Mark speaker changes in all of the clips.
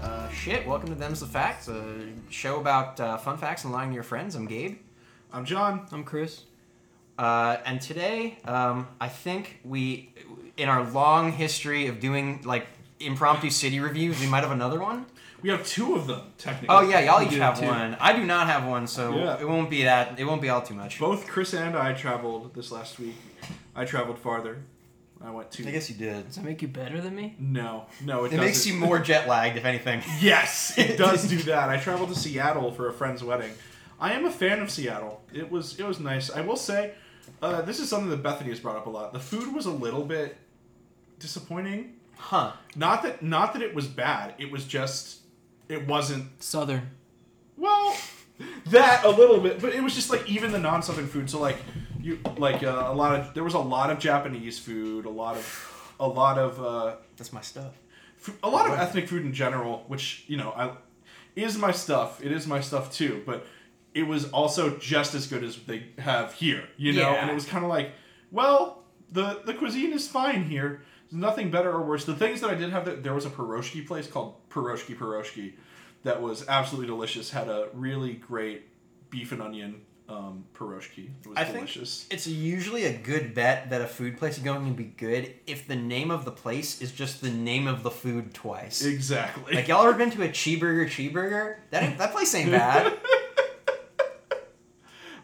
Speaker 1: Uh, welcome to Them's the Facts, a show about uh, fun facts and lying to your friends. I'm Gabe.
Speaker 2: I'm John.
Speaker 3: I'm Chris.
Speaker 1: Uh, and today, um, I think we, in our long history of doing like impromptu city reviews, we might have another one.
Speaker 2: We have two of them technically.
Speaker 1: Oh yeah, y'all
Speaker 2: We
Speaker 1: each
Speaker 2: do
Speaker 1: have
Speaker 2: too.
Speaker 1: one. I do not have one, so
Speaker 2: Yeah.
Speaker 1: it won't be that. It won't be all too much.
Speaker 2: Both Chris and I traveled this last week. I traveled farther. I went to.
Speaker 1: I guess you did.
Speaker 3: Does that make you better than me?
Speaker 2: No, no, it,
Speaker 1: It makes you
Speaker 2: doesn't.
Speaker 1: more jet lagged, if anything.
Speaker 2: Yes, it does do that. I traveled to Seattle for a friend's wedding. I am a fan of Seattle. It was it was nice. I will say, uh, this is something that Bethany has brought up a lot. The food was a little bit disappointing.
Speaker 1: Huh?
Speaker 2: Not that not that it was bad. It was just it wasn't
Speaker 3: Southern.
Speaker 2: well that a little bit but it was just like even the non-southern food so like you like uh, a lot of there was a lot of japanese food a lot of a lot of uh,
Speaker 1: That's my stuff.
Speaker 2: fu- a lot of ethnic food in general which you know i is my stuff it is my stuff too but it was also just as good as they have here you know
Speaker 1: Yeah.
Speaker 2: and it was kind of like well the the cuisine is fine here there's nothing better or worse the things that i did have that there was a pierogi place called pierogi pierogi that was absolutely delicious had a really great beef and onion um, pierogi it was
Speaker 1: I think
Speaker 2: delicious
Speaker 1: it's usually a good bet that a food place is going to be good if the name of the place is just the name of the food twice.
Speaker 2: exactly
Speaker 1: Like y'all ever been to a cheeseburger? Cheeseburger? That ain't, that place ain't bad.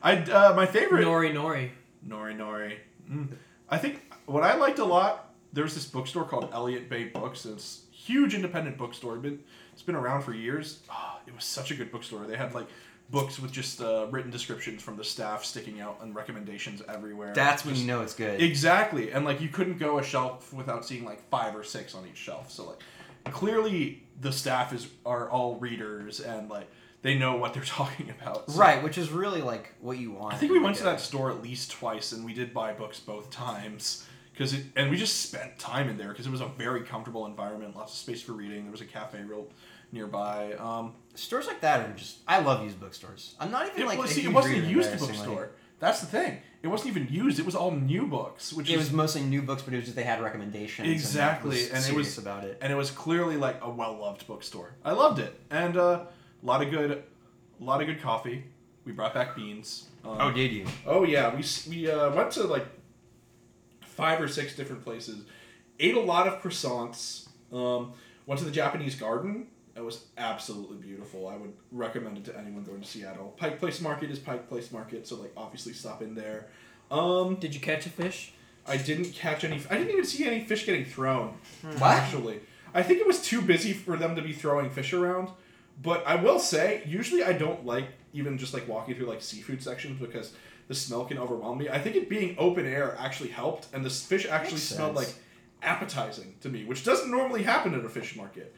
Speaker 2: i uh, my favorite
Speaker 3: Nori Nori.
Speaker 2: Nori Nori. Mm. I think what I liked a lot, there's this bookstore called Elliott Bay Books. and It's a huge independent bookstore. Been, it's been around for years. Ah, it was such a good bookstore. They had like books with just uh, written descriptions from the staff sticking out and recommendations everywhere.
Speaker 1: That's when
Speaker 2: Just-
Speaker 1: you know it's good.
Speaker 2: Exactly. And like you couldn't go a shelf without seeing like five or six on each shelf. So like clearly the staff is are all readers and like they know what they're talking about. So-
Speaker 1: Right, which is really like what you want.
Speaker 2: I think we went to that store at least twice, and we did buy books both times. Cause it, and we just spent time in there because it was a very comfortable environment, lots of space for reading. There was a cafe real nearby. Um,
Speaker 1: Stores like that are just. I love used bookstores. I'm not even
Speaker 2: it,
Speaker 1: like.
Speaker 2: was,
Speaker 1: a
Speaker 2: see, it
Speaker 1: huge
Speaker 2: wasn't a
Speaker 1: reader,
Speaker 2: used
Speaker 1: embarrassingly.
Speaker 2: bookstore. That's the thing. It wasn't even used. It was all new books, which
Speaker 1: It
Speaker 2: is
Speaker 1: was mostly new books, but it was just they had recommendations. and that
Speaker 2: Exactly,
Speaker 1: was
Speaker 2: and it was-
Speaker 1: serious about it.
Speaker 2: and it was clearly like a well loved bookstore. I loved it, and uh, a lot of good, a lot of good coffee. We brought back beans. Um,
Speaker 1: Oh, did you?
Speaker 2: Oh yeah, we s- we uh, went to like five or six different places, ate a lot of croissants. Um, went to the Japanese Garden. It was absolutely beautiful. I would recommend it to anyone going to Seattle. Pike Place Market is Pike Place Market, so like obviously stop in there. Um,
Speaker 3: Did you catch a fish?
Speaker 2: I didn't catch any. I didn't even see any fish getting thrown.
Speaker 1: What?
Speaker 2: Actually, I think it was too busy for them to be throwing fish around. But I will say, usually I don't like even just like walking through like seafood sections because the smell can overwhelm me. I think it being open air actually helped, and the fish actually
Speaker 1: Makes
Speaker 2: smelled
Speaker 1: sense.
Speaker 2: like appetizing to me, which doesn't normally happen at a fish market.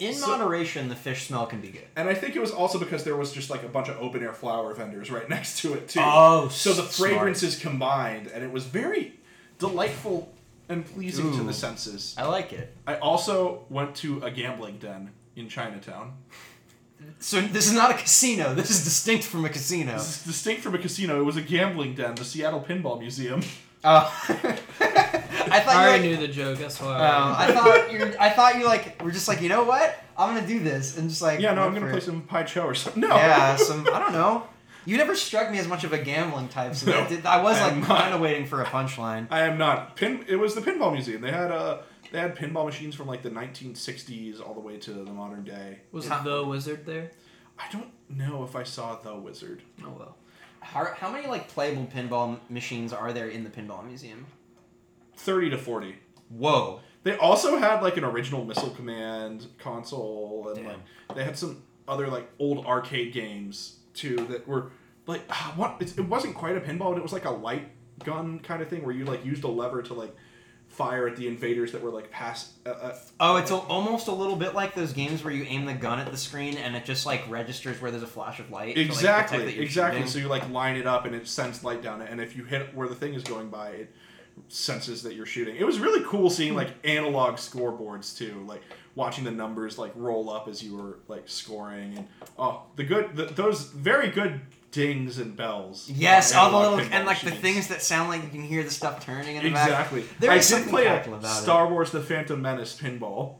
Speaker 1: In
Speaker 2: So-
Speaker 1: moderation, the fish smell can be good.
Speaker 2: And I think it was also because there was just like a bunch of open air flower vendors right next to it too.
Speaker 1: Oh,
Speaker 2: so the
Speaker 1: s-
Speaker 2: fragrances combined, and it was very delightful and pleasing to
Speaker 1: Ooh.
Speaker 2: the senses.
Speaker 1: I like it.
Speaker 2: I also went to a gambling den in Chinatown.
Speaker 1: So this is not a casino. This is distinct from a casino.
Speaker 2: This is distinct from a casino. It was a gambling den, the Seattle Pinball Museum.
Speaker 1: Oh. I
Speaker 3: I
Speaker 1: thought you
Speaker 3: already
Speaker 1: like,
Speaker 3: knew the joke. That's why.
Speaker 1: Um, I thought you. I thought you like. We're just like you know what? I'm gonna do this and just like.
Speaker 2: Yeah, no, I'm
Speaker 1: went
Speaker 2: gonna
Speaker 1: for
Speaker 2: play
Speaker 1: it.
Speaker 2: some Pai Cho or something. No.
Speaker 1: Yeah, some. I don't know. You never struck me as much of a gambling type, so that
Speaker 2: No,
Speaker 1: did, I was
Speaker 2: I
Speaker 1: like
Speaker 2: am not.
Speaker 1: kind of waiting for a punchline.
Speaker 2: I am not pin. It was the pinball museum. They had uh, they had pinball machines from like the 1960s all the way to the modern day.
Speaker 3: was
Speaker 1: Yeah.
Speaker 3: the wizard there?
Speaker 2: I don't know if I saw the wizard.
Speaker 3: Oh well.
Speaker 1: How, how many like playable pinball m- machines are there in the pinball museum?
Speaker 2: 30 to 40.
Speaker 1: Whoa!
Speaker 2: They also had like an original Missile Command console, and
Speaker 1: Damn.
Speaker 2: like they had some other like old arcade games too that were like ah, what it, it wasn't quite a pinball, but it was like a light gun kind of thing where you like used a lever to like fire at the invaders that were like past. Uh, uh,
Speaker 1: Oh, it's a, almost a little bit like those games where you aim the gun at the screen and it just like registers where there's a flash of light. to, like, detect
Speaker 2: exactly
Speaker 1: that you're
Speaker 2: exactly.
Speaker 1: shooting.
Speaker 2: So you like line it up and it sends light down it, and if you hit where the thing is going by, it senses that you're shooting. It was really cool
Speaker 1: Hmm.
Speaker 2: seeing like analog scoreboards too, like watching the numbers like roll up as you were like scoring, and oh, the good the, those very good dings and bells.
Speaker 1: Yes, all
Speaker 2: on
Speaker 1: the
Speaker 2: analog
Speaker 1: little
Speaker 2: pinball
Speaker 1: and like the
Speaker 2: machines.
Speaker 1: things that sound like you can hear the stuff turning in the back.
Speaker 2: Exactly.
Speaker 1: There
Speaker 2: I
Speaker 1: is
Speaker 2: did
Speaker 1: something
Speaker 2: play
Speaker 1: tactile
Speaker 2: a
Speaker 1: about it.
Speaker 2: Star Wars: The Phantom Menace pinball,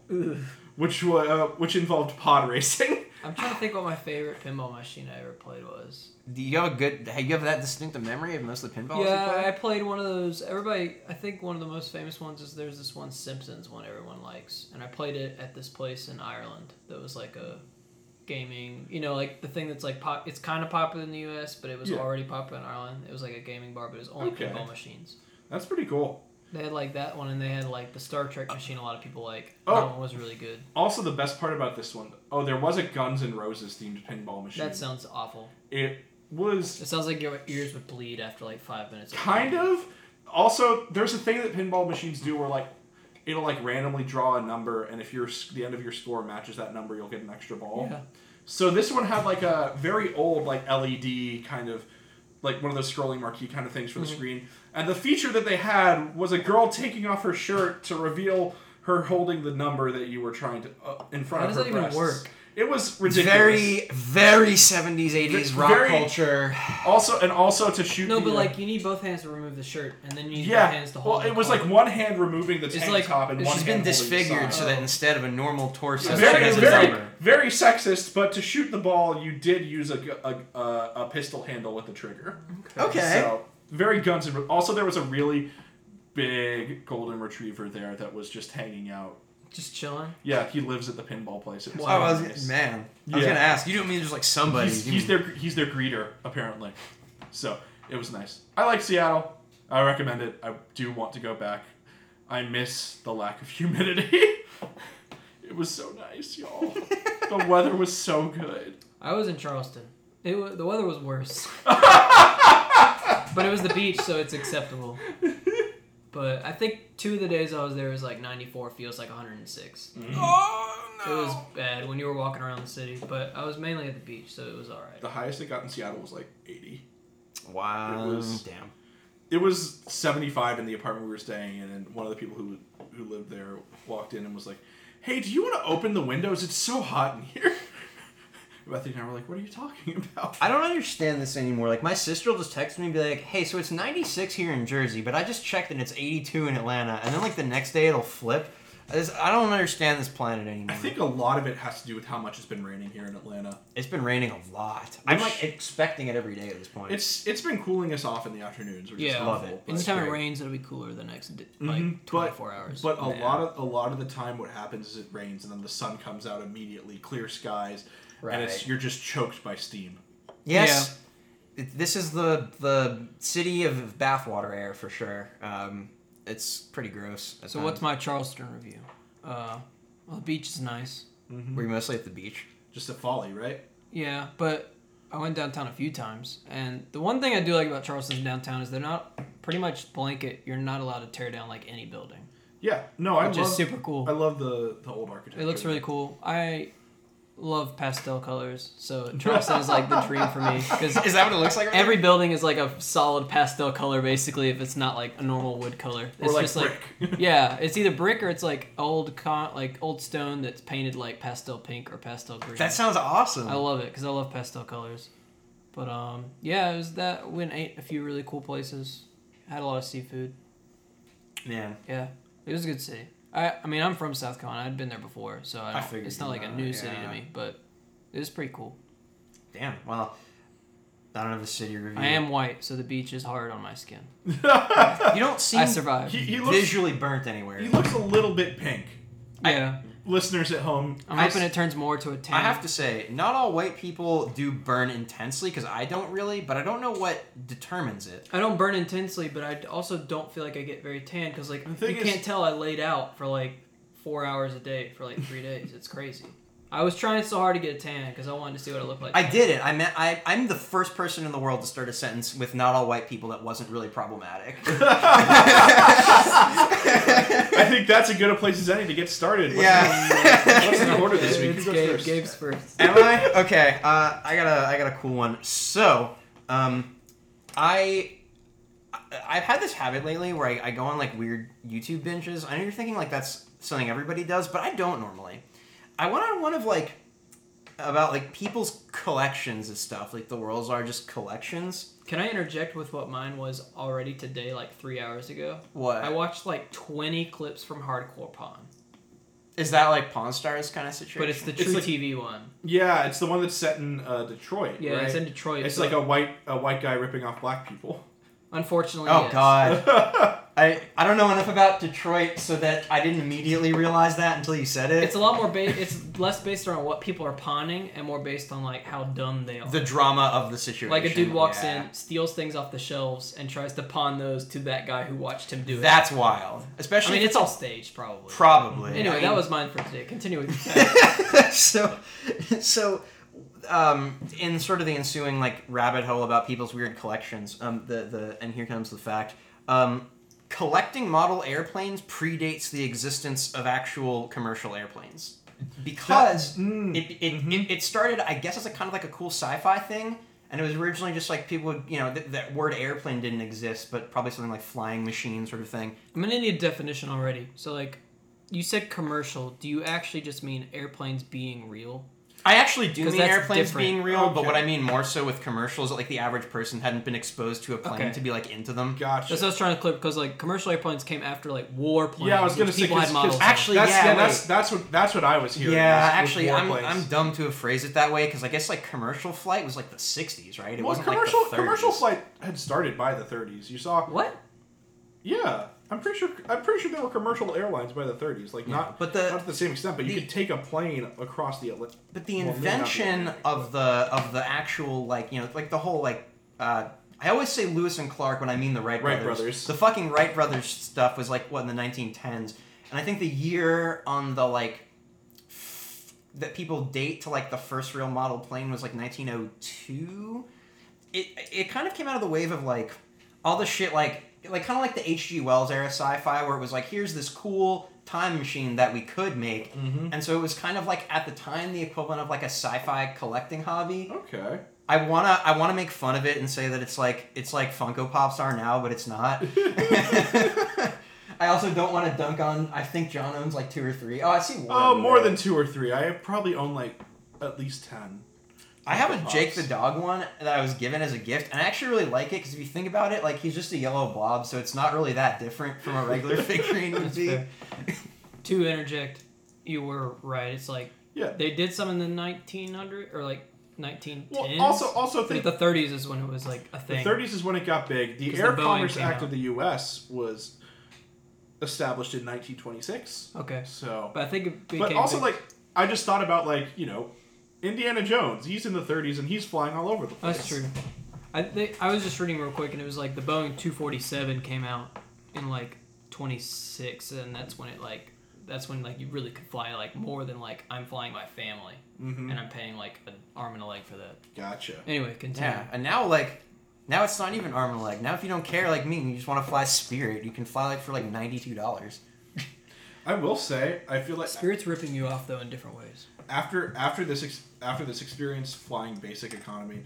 Speaker 2: which wa- uh, which involved pod racing.
Speaker 4: I'm trying to think what my favorite pinball machine I ever played was.
Speaker 1: Do you have a good? Hey, you have that distinctive memory of most of the pinballs you
Speaker 4: Yeah, I
Speaker 1: played?
Speaker 4: played one of those. Everybody, I think one of the most famous ones is there's this one Simpsons one everyone likes, and I played it at this place in Ireland that was like a gaming, you know, like the thing that's like pop. It's kind of popular in the U.S., but it was
Speaker 2: Yeah.
Speaker 4: already popular in Ireland. It was like a gaming bar, but it was only
Speaker 2: Okay.
Speaker 4: pinball machines.
Speaker 2: That's pretty cool.
Speaker 4: They had like that one, and they had like the Star Trek machine. A lot of people like
Speaker 2: Oh.
Speaker 4: that one was really good.
Speaker 2: Also, the best part about this one, oh, there was a Guns N' Roses themed pinball machine.
Speaker 4: That sounds awful.
Speaker 2: it was
Speaker 4: It sounds like your ears would bleed after like five minutes.
Speaker 2: kind of. Also, there's a thing that pinball machines do where like it'll like randomly draw a number, and if your s- the end of your score matches that number, you'll get an extra ball.
Speaker 4: Yeah.
Speaker 2: So this one had like a very old like LED kind of like one of those scrolling marquee kind of things for the
Speaker 4: Mm-hmm.
Speaker 2: screen. And the feature that they had was a girl taking off her shirt to reveal her holding the number that you were trying to uh, in front of
Speaker 4: How does
Speaker 2: her
Speaker 4: that even
Speaker 2: breasts.
Speaker 4: work?
Speaker 2: It was
Speaker 1: It's
Speaker 2: ridiculous.
Speaker 1: very, very 70s, 80s rock
Speaker 2: Very-
Speaker 1: culture.
Speaker 2: also and also to shoot.
Speaker 4: No, but
Speaker 2: the, uh,
Speaker 4: like you need both hands to remove the shirt, and then you need both
Speaker 2: yeah,
Speaker 4: hands to hold.
Speaker 2: well,
Speaker 4: the
Speaker 2: it was
Speaker 4: card.
Speaker 2: like one hand removing the tank
Speaker 4: like-
Speaker 2: top and
Speaker 4: it's
Speaker 2: one
Speaker 1: She's been
Speaker 2: hand holding the
Speaker 1: disfigured,
Speaker 2: side.
Speaker 1: so that instead of a normal torso, she
Speaker 2: very,
Speaker 1: has a
Speaker 2: very,
Speaker 1: zipper.
Speaker 2: very sexist. But to shoot the ball, you did use a gu- a, a, a pistol handle with the trigger.
Speaker 1: Okay.
Speaker 2: So very guns and also there was a really big golden retriever there that was just hanging out.
Speaker 4: Just chilling.
Speaker 2: Yeah, he lives at the pinball place. It was
Speaker 1: Oh, I was,
Speaker 2: nice.
Speaker 1: man, I was
Speaker 2: Yeah.
Speaker 1: gonna ask. You don't mean there's like somebody.
Speaker 2: He's,
Speaker 1: you
Speaker 2: he's
Speaker 1: mean-
Speaker 2: their he's their greeter apparently. So it was nice. I like Seattle. I recommend it. I do want to go back. I miss the lack of humidity. it was so nice, y'all. the weather was so good.
Speaker 4: I was in Charleston. It wa the weather was worse, but it was the beach, so it's acceptable. But I think two of the days I was there was like 94, feels like 106.
Speaker 1: Oh
Speaker 4: It was bad when you were walking around the city, but I was mainly at the beach, so it was all right.
Speaker 2: The highest it got in Seattle was like 80.
Speaker 1: Wow.
Speaker 2: It was-
Speaker 1: Damn.
Speaker 2: it was 75 in the apartment we were staying in and one of the people who who lived there walked in and was like hey do you want to open the windows it's so hot in here bethany and i were like what are you talking about
Speaker 1: I don't understand this anymore. Like my sister will just text me and be like, "Hey, so it's 96 here in Jersey, but I just checked and it's 82 in Atlanta." And then like the next day it'll flip. I, just, I don't understand this planet anymore.
Speaker 2: i
Speaker 4: Mm-hmm.
Speaker 2: think a lot of it has to do with how much it's been raining here in atlanta
Speaker 1: it's been raining a lot. I'm like
Speaker 2: Which-
Speaker 1: expecting it every day at this point.
Speaker 2: it's it's been cooling us off in the afternoons which is
Speaker 4: Yeah.
Speaker 1: Love
Speaker 2: helpful,
Speaker 1: it.
Speaker 2: but-
Speaker 1: It's-
Speaker 4: Anytime it
Speaker 1: great.
Speaker 4: rains, it'll be cooler the next d-
Speaker 2: Mhm,
Speaker 4: like
Speaker 2: but-
Speaker 4: 24 hours.
Speaker 2: but a
Speaker 1: Yeah.
Speaker 2: lot of a lot of the time what happens is it rains and then the sun comes out immediately clear skies and it's
Speaker 1: Right.
Speaker 2: you're just choked by steam
Speaker 1: yes. It, this is the the city of bathwater air for sure. Um, it's pretty gross. at
Speaker 4: so
Speaker 1: times.
Speaker 4: what's my Charleston review? Uh, well, the beach is nice.
Speaker 1: Were you
Speaker 4: Mm-hmm.
Speaker 1: mostly at the beach?
Speaker 2: just a folly right
Speaker 4: Yeah, but I went downtown a few times, and the one thing I do like about Charleston downtown is they're not pretty much blanket. You're not allowed to tear down like any building,
Speaker 2: yeah no i
Speaker 4: which
Speaker 2: love
Speaker 4: is super cool.
Speaker 2: i love the the old architecture
Speaker 4: it looks really cool. I love pastel colors, so Charleston is like the dream for me because
Speaker 1: Is that what it looks like?
Speaker 4: every building is like a solid pastel color basically. If it's not like a normal wood color,
Speaker 2: Or
Speaker 4: it's
Speaker 2: like
Speaker 4: just
Speaker 2: brick.
Speaker 4: like yeah, it's either brick or it's like old con like old stone that's painted like pastel pink or pastel green.
Speaker 1: That sounds awesome.
Speaker 4: I love it because I love pastel colors. But um, yeah, it was that. Went ate a few really cool places. Had a lot of seafood.
Speaker 1: Man,
Speaker 4: Yeah, it was a good city. I I mean, I'm from South Carolina. I'd been there before, so I,
Speaker 1: I
Speaker 4: don't,
Speaker 1: figured
Speaker 4: it's not
Speaker 1: you
Speaker 4: like a
Speaker 1: might,
Speaker 4: new city to
Speaker 1: yeah.
Speaker 4: me. But it was pretty cool.
Speaker 1: damn. Well, I don't have a city review.
Speaker 4: I am white, so the beach is hard on my skin.
Speaker 1: You don't see
Speaker 4: I survived.
Speaker 2: He, he looks
Speaker 1: visually burnt anywhere.
Speaker 2: he looks a little bit pink.
Speaker 4: yeah,
Speaker 2: Listeners at home,
Speaker 4: I, am
Speaker 1: I
Speaker 4: hoping
Speaker 1: s-
Speaker 4: it turns more to a tan.
Speaker 1: I have to say, not all white people do burn intensely because I don't really, but I don't know what determines it.
Speaker 4: I don't burn intensely, but I d- also don't feel like I get very tan because like
Speaker 2: The thing
Speaker 4: you
Speaker 2: is-
Speaker 4: can't tell I laid out for like four hours a day for like three days. It's crazy. I was trying so hard to get a tan because I wanted to see what I looked like.
Speaker 1: I did it. I meant I. I'm the first person in the world to start a sentence with "not all white people" that wasn't really problematic.
Speaker 2: I think that's as good a place as any to get started. What's the- what's the order this week?
Speaker 4: It's
Speaker 2: Who goes
Speaker 4: Gabe,
Speaker 2: first?
Speaker 4: Gabe's first.
Speaker 1: Am I okay? Uh, I got a I got a cool one. So, um, I I- I've had this habit lately where I, I go on like weird YouTube binges. I know you're thinking like that's something everybody does, but I don't normally. I went on one of like about like people's collections of stuff, like the world's largest collections.
Speaker 4: Can I interject with what mine was already today, like three hours ago?
Speaker 1: What
Speaker 4: I watched like 20 clips from Hardcore Pond.
Speaker 1: Is that like Pawn Stars kind of situation?
Speaker 4: but it's the
Speaker 2: It's
Speaker 4: true
Speaker 2: like-
Speaker 4: TV one.
Speaker 2: Yeah, it's the one that's set in uh, Detroit.
Speaker 4: Yeah,
Speaker 2: right?
Speaker 4: it's in Detroit.
Speaker 2: It's
Speaker 4: so-
Speaker 2: like a white a white guy ripping off black people.
Speaker 4: unfortunately.
Speaker 1: oh
Speaker 4: yes.
Speaker 1: god. I I don't know enough about Detroit so that I didn't immediately realize that until you said it.
Speaker 4: It's a lot more. Ba- it's less based around what people are pawning and more based on like how dumb they are.
Speaker 1: the drama of the situation.
Speaker 4: like a dude walks
Speaker 1: yeah.
Speaker 4: in, steals things off the shelves, and tries to pawn those to that guy who watched him do it.
Speaker 1: That's wild.
Speaker 4: I
Speaker 1: Especially
Speaker 4: mean, it's all staged, probably.
Speaker 1: probably.
Speaker 4: Anyway,
Speaker 1: I mean-
Speaker 4: that was mine for today. Continue with
Speaker 1: so so um, in sort of the ensuing like rabbit hole about people's weird collections um, the the and here comes the fact um, collecting model airplanes predates the existence of actual commercial airplanes because
Speaker 2: Mm.
Speaker 1: it, it, it, it started i guess as a kind of like a cool sci-fi thing and it was originally just like people would you know th- that word airplane didn't exist but probably something like flying machine sort of thing
Speaker 4: I'm gonna need a definition already. So like, you said commercial. Do you actually just mean airplanes being real?
Speaker 1: I actually do
Speaker 4: 'Cause
Speaker 1: mean
Speaker 4: that's
Speaker 1: airplanes
Speaker 4: different.
Speaker 1: being real, but what
Speaker 2: Okay.
Speaker 1: I mean more so with commercials, that, like the average person hadn't been exposed to a plane
Speaker 4: Okay.
Speaker 1: to be like into them.
Speaker 2: Gotcha.
Speaker 4: That's what I was trying to clear because like commercial airplanes came after like war planes.
Speaker 2: Yeah, I was
Speaker 4: which
Speaker 2: gonna say,
Speaker 4: people
Speaker 2: 'cause-
Speaker 4: had
Speaker 2: 'cause
Speaker 4: models. of.
Speaker 1: actually-
Speaker 2: that's
Speaker 1: Yeah,
Speaker 2: that's that's what that's what I was hearing.
Speaker 1: yeah,
Speaker 2: was- was
Speaker 1: actually,
Speaker 2: war
Speaker 1: I'm,
Speaker 2: planes.
Speaker 1: I'm dumb to have phrased it that way because I guess like commercial flight was like the '60s, right? It
Speaker 2: Well,
Speaker 1: wasn't
Speaker 2: commercial
Speaker 1: like the 30s.
Speaker 2: commercial flight had started by the 30s. You saw
Speaker 4: what?
Speaker 2: Yeah, I'm pretty sure. I'm pretty sure there were commercial airlines by the 30s. Like not,
Speaker 1: but the-
Speaker 2: not to the same extent. But
Speaker 1: the-
Speaker 2: you could take a plane across the Atlantic.
Speaker 1: But the
Speaker 2: Well, maybe not the
Speaker 1: invention
Speaker 2: Atlantic,
Speaker 1: of the of the actual like you know like the whole like uh, I always say Lewis and Clark when I mean the Wright,
Speaker 2: Wright
Speaker 1: brothers.
Speaker 2: brothers.
Speaker 1: The fucking Wright brothers stuff was like what in the 1910s, and I think the year on the like f- that people date to like the first real model plane was like 1902. It it kind of came out of the wave of like all the shit like like kind of like the H.G. Wells era sci-fi where it was like here's this cool time machine that we could make
Speaker 2: Mm-hmm.
Speaker 1: and so it was kind of like at the time the equivalent of like a sci-fi collecting hobby
Speaker 2: Okay.
Speaker 1: i want to i want to make fun of it and say that it's like it's like funko pops are now but it's not i also don't want to dunk on i think john owns like two or three. Oh, i see one
Speaker 2: Oh, more than two or three. I probably own like at least ten.
Speaker 1: I have
Speaker 2: Funko
Speaker 1: a Jake
Speaker 2: Pops.
Speaker 1: the dog one that I was given as a gift, and I actually really like it because if you think about it, like he's just a yellow blob, so it's not really that different from a regular figurine would
Speaker 4: That's
Speaker 1: be.
Speaker 4: fair. To interject, you were right. It's like
Speaker 2: Yeah.
Speaker 4: they did some in the 1900 or like 1910s.
Speaker 2: Well, also also
Speaker 4: I think
Speaker 2: think
Speaker 4: the 30s is when it was like
Speaker 2: the
Speaker 4: a thing.
Speaker 2: 30s is when it got big. The
Speaker 4: 'Cause
Speaker 2: Air
Speaker 4: the Boeing
Speaker 2: Commerce
Speaker 4: came
Speaker 2: Act
Speaker 4: out.
Speaker 2: of the U.S. was established in 1926.
Speaker 4: Okay,
Speaker 2: So,
Speaker 4: but I think it became.
Speaker 2: but also
Speaker 4: big-
Speaker 2: like I just thought about like you know Indiana Jones. He's in the 30s and he's flying all over the place.
Speaker 4: That's true. I they, I was just reading real quick, and it was like the Boeing 247 came out in like 26, and that's when it like that's when like you really could fly like more than like I'm flying my family,
Speaker 2: Mm-hmm.
Speaker 4: and I'm paying like an arm and a leg for that.
Speaker 2: Gotcha.
Speaker 4: Anyway, continue.
Speaker 1: Yeah, and now like now it's not even arm and leg. Now if you don't care like me, and you just want to fly Spirit, you can fly like for like ninety two dollars.
Speaker 2: I will say, I feel like
Speaker 4: Spirit's ripping you off though in different ways.
Speaker 2: after after this ex- after this experience flying basic economy,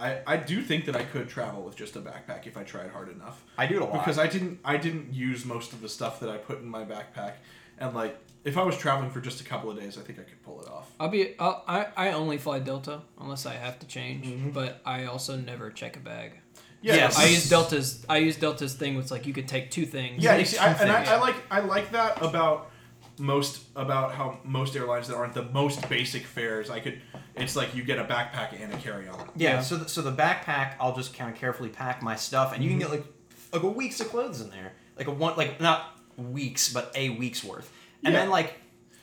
Speaker 2: I I do think that I could travel with just a backpack if I tried hard enough.
Speaker 1: I do it a lot
Speaker 2: Because I didn't I didn't use most of the stuff that I put in my backpack, and like if I was traveling for just a couple of days, I think I could pull it off.
Speaker 4: I'll be I'll, I I only fly Delta unless I have to change,
Speaker 2: Mm-hmm.
Speaker 4: but I also never check a bag.
Speaker 1: Yes.
Speaker 4: I use Delta's I use Delta's thing. It's like you could take two things.
Speaker 2: Yeah, you see, I, and
Speaker 4: Yeah.
Speaker 2: I, I like I like that about most about how most airlines that aren't the most basic fares. I could, it's like you get a backpack and a carry on.
Speaker 1: yeah,
Speaker 4: yeah.
Speaker 1: So the, so the backpack, I'll just kind of carefully pack my stuff, and you can get like like a week's of clothes in there, like a one like not weeks, but a week's worth, and
Speaker 2: Yeah.
Speaker 1: then like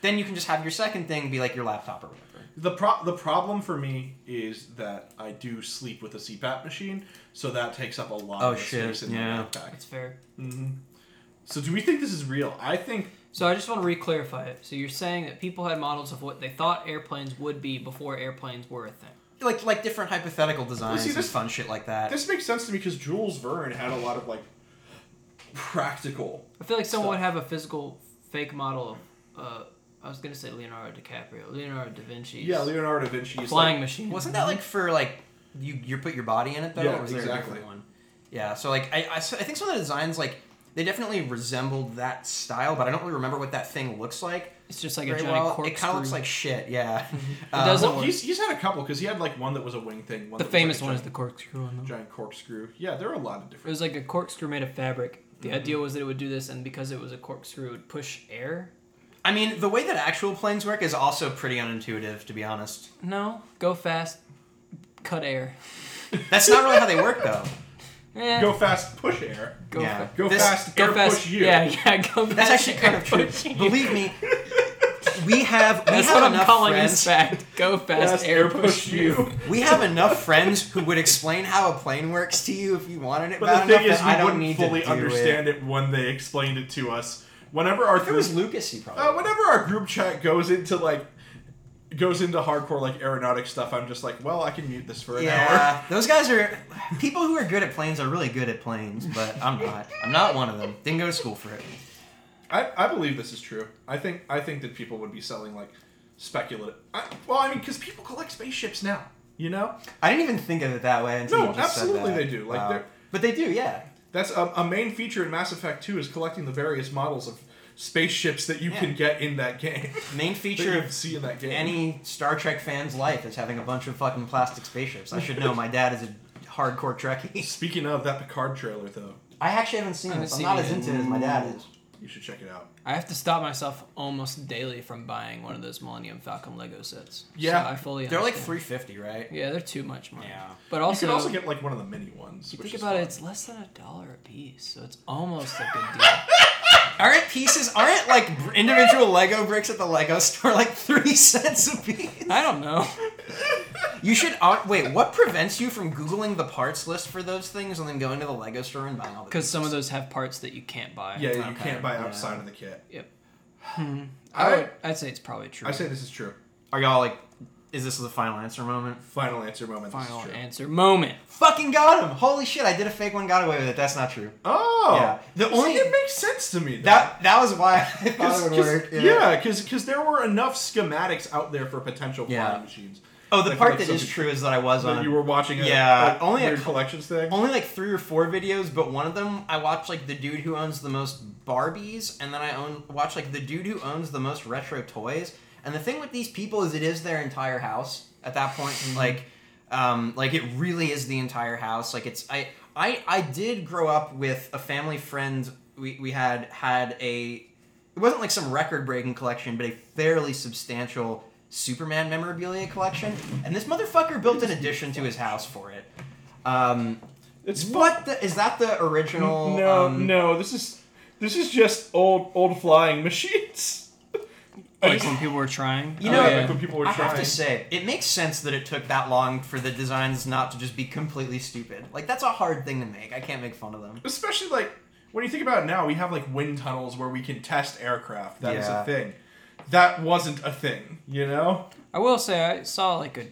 Speaker 1: then you can just have your second thing be like your laptop or whatever.
Speaker 2: The pro- the problem for me is that I do sleep with a CPAP machine, so that takes up a lot
Speaker 1: Oh,
Speaker 2: of the
Speaker 1: shit,
Speaker 2: space in
Speaker 1: yeah.
Speaker 2: the backpack.
Speaker 4: That's fair.
Speaker 2: So do we think this is real? I think
Speaker 4: So I just want to re-clarify it. So you're saying that people had models of what they thought airplanes would be before airplanes were a thing.
Speaker 1: Like like different hypothetical designs
Speaker 2: see,
Speaker 1: and
Speaker 2: this-
Speaker 1: fun shit like that.
Speaker 2: this makes sense to me because Jules Verne had a lot of like practical.
Speaker 4: I feel like someone
Speaker 2: So-
Speaker 4: would have a physical fake model of. Uh, I was gonna say Leonardo DiCaprio, Leonardo da Vinci.
Speaker 2: Yeah, Leonardo da Vinci is
Speaker 4: flying
Speaker 2: like,
Speaker 4: machine.
Speaker 1: Wasn't that like for like you you put your body in it though?
Speaker 2: Yeah,
Speaker 1: or was there a
Speaker 2: exactly.
Speaker 1: different one? Yeah. So like I, I s- I think some of the designs like they definitely resembled that style, but I don't really remember what that thing looks like.
Speaker 4: It's just like a
Speaker 1: very
Speaker 4: giant
Speaker 1: well.
Speaker 4: corkscrew.
Speaker 1: It kind of looks like shit. Yeah. Uh,
Speaker 4: doesn't-
Speaker 2: Well, he's, he's had a couple because he had like one that was a wing thing. One
Speaker 4: the
Speaker 2: that was, like, a
Speaker 4: famous one is
Speaker 2: giant-
Speaker 4: the corkscrew one. Though.
Speaker 2: giant corkscrew. Yeah, there are a lot of
Speaker 4: It
Speaker 2: different.
Speaker 4: was like a corkscrew made of fabric. The idea was that it would do this, and because it was a corkscrew, it would push air.
Speaker 1: I mean, the way that actual planes work is also pretty unintuitive, to be honest.
Speaker 4: No, go fast, cut air.
Speaker 1: That's not really how they work, though.
Speaker 4: Yeah,
Speaker 2: Go fast, push air.
Speaker 4: go,
Speaker 1: Yeah.
Speaker 4: fa-
Speaker 2: Go
Speaker 1: This-
Speaker 2: fast,
Speaker 4: go
Speaker 2: air
Speaker 4: fast.
Speaker 2: push you.
Speaker 4: Yeah, yeah, go fast.
Speaker 1: That's actually kind of
Speaker 4: air
Speaker 1: true.
Speaker 4: push you.
Speaker 1: Believe me, we have we
Speaker 4: That's
Speaker 1: have
Speaker 4: what I'm
Speaker 1: enough
Speaker 4: calling this
Speaker 1: friends.
Speaker 4: fact. Go fast,
Speaker 2: Fast
Speaker 4: air push you.
Speaker 1: We have enough friends who would explain how a plane works to you if you wanted it
Speaker 2: But
Speaker 1: bad
Speaker 2: the
Speaker 1: enough
Speaker 2: thing is,
Speaker 1: that
Speaker 2: we
Speaker 1: I don't
Speaker 2: wouldn't
Speaker 1: need
Speaker 2: fully
Speaker 1: to do It.
Speaker 2: understand it. when they explained it to us. Whenever our
Speaker 1: If it
Speaker 2: group,
Speaker 1: was Lucas, he probably.
Speaker 2: uh, whenever our group chat goes into like goes into hardcore like aeronautic stuff, I'm just like, well, I can mute this for an
Speaker 1: yeah, those guys are people who are good at planes are really good at planes, but I'm not. I'm not one of them. Didn't go to school for it.
Speaker 2: hour. I, I believe this is true. I think I think that people would be selling like speculative. I, well, I mean, because people collect spaceships now, you know.
Speaker 1: I didn't even think of it that way until
Speaker 2: No,
Speaker 1: you just
Speaker 2: absolutely
Speaker 1: said that.
Speaker 2: they do. Like,
Speaker 1: Wow.
Speaker 2: they're-
Speaker 1: but they do, yeah.
Speaker 2: That's a, a main feature in Mass Effect 2 is collecting the various models of spaceships that you
Speaker 1: Yeah.
Speaker 2: can get in that game.
Speaker 1: Main
Speaker 2: that
Speaker 1: feature
Speaker 2: you
Speaker 1: of
Speaker 2: see in that game.
Speaker 1: any Star Trek fan's life is having a bunch of fucking plastic spaceships. I should know. My dad is a hardcore Trekkie.
Speaker 2: Speaking of that Picard trailer, though,
Speaker 1: I actually haven't seen
Speaker 4: I haven't
Speaker 1: this. I'm
Speaker 4: seen
Speaker 1: not
Speaker 4: it
Speaker 1: as
Speaker 4: yet.
Speaker 1: into it as my dad is.
Speaker 2: you should check it out.
Speaker 4: I have to stop myself almost daily from buying one of those Millennium Falcon Lego sets.
Speaker 2: Yeah.
Speaker 4: so I fully.
Speaker 1: They're like
Speaker 4: understand.
Speaker 1: 350, right?
Speaker 4: Yeah, they're too much money.
Speaker 1: Yeah.
Speaker 4: but
Speaker 2: you
Speaker 4: also,
Speaker 2: can also get like one of the mini ones.
Speaker 4: you
Speaker 2: which
Speaker 4: think
Speaker 2: is
Speaker 4: about it,
Speaker 2: fun.
Speaker 4: it's less than a dollar a piece, so it's almost a good deal.
Speaker 1: Aren't pieces? Aren't like br- individual Lego bricks at the Lego store like three cents a piece?
Speaker 4: I don't know.
Speaker 1: You should uh, wait. What prevents you from googling the parts list for those things and then going to the Lego store and buying all the?
Speaker 4: Because some of
Speaker 1: pieces?
Speaker 4: those have parts that you can't buy.
Speaker 2: Yeah, you
Speaker 1: Okay,
Speaker 2: can't buy
Speaker 1: yeah.
Speaker 2: outside of the kit.
Speaker 4: Yep.
Speaker 2: I,
Speaker 4: I would, I'd say it's probably true.
Speaker 2: I say this is true.
Speaker 1: are y'all like, is this the final answer moment?
Speaker 2: Final answer moment.
Speaker 4: Final
Speaker 2: this is true.
Speaker 4: answer moment.
Speaker 1: Fucking got him! Holy shit! I did a fake one, got away with it. That's not true.
Speaker 2: Oh,
Speaker 1: Yeah. The
Speaker 2: See,
Speaker 1: only-
Speaker 2: it makes sense to me. though.
Speaker 1: That that was why I thought
Speaker 2: Cause,
Speaker 1: it would
Speaker 2: 'cause-
Speaker 1: work.
Speaker 2: yeah, because there were enough schematics out there for potential flying
Speaker 1: Yeah.
Speaker 2: machines.
Speaker 1: Oh, the
Speaker 2: Like,
Speaker 1: part
Speaker 2: like
Speaker 1: that
Speaker 2: some-
Speaker 1: is true is that I was
Speaker 2: That
Speaker 1: on
Speaker 2: you were watching. A,
Speaker 1: Yeah,
Speaker 2: a
Speaker 1: only a
Speaker 2: weird
Speaker 1: cou- Oh,
Speaker 2: collections thing.
Speaker 1: only like three or four videos, but one of them I watched like the dude who owns the most Barbies, and then I own watch like the dude who owns the most retro toys. And the thing with these people is it is their entire house at that point. like, um, like it really is the entire house. Like it's I I I did grow up with a family friend we we had had a it wasn't like some record breaking collection, but a fairly substantial Superman memorabilia collection. And this motherfucker built an addition to his house for it. Um,
Speaker 2: It's
Speaker 1: what the, is that the original?
Speaker 2: No,
Speaker 1: um,
Speaker 2: no. This is this is just old old flying machines. I
Speaker 4: Like
Speaker 2: just-
Speaker 4: when people were trying.
Speaker 1: You
Speaker 2: Oh,
Speaker 1: know,
Speaker 2: yeah, like when people were
Speaker 1: I
Speaker 2: trying.
Speaker 1: have to say, it makes sense that it took that long for the designs not to just be completely stupid. Like that's a hard thing to make. I can't make fun of them.
Speaker 2: especially like when you think about it now, we have like wind tunnels where we can test aircraft. That is
Speaker 1: Yeah.
Speaker 2: a thing. That wasn't a thing, you know.
Speaker 4: I will say I saw like a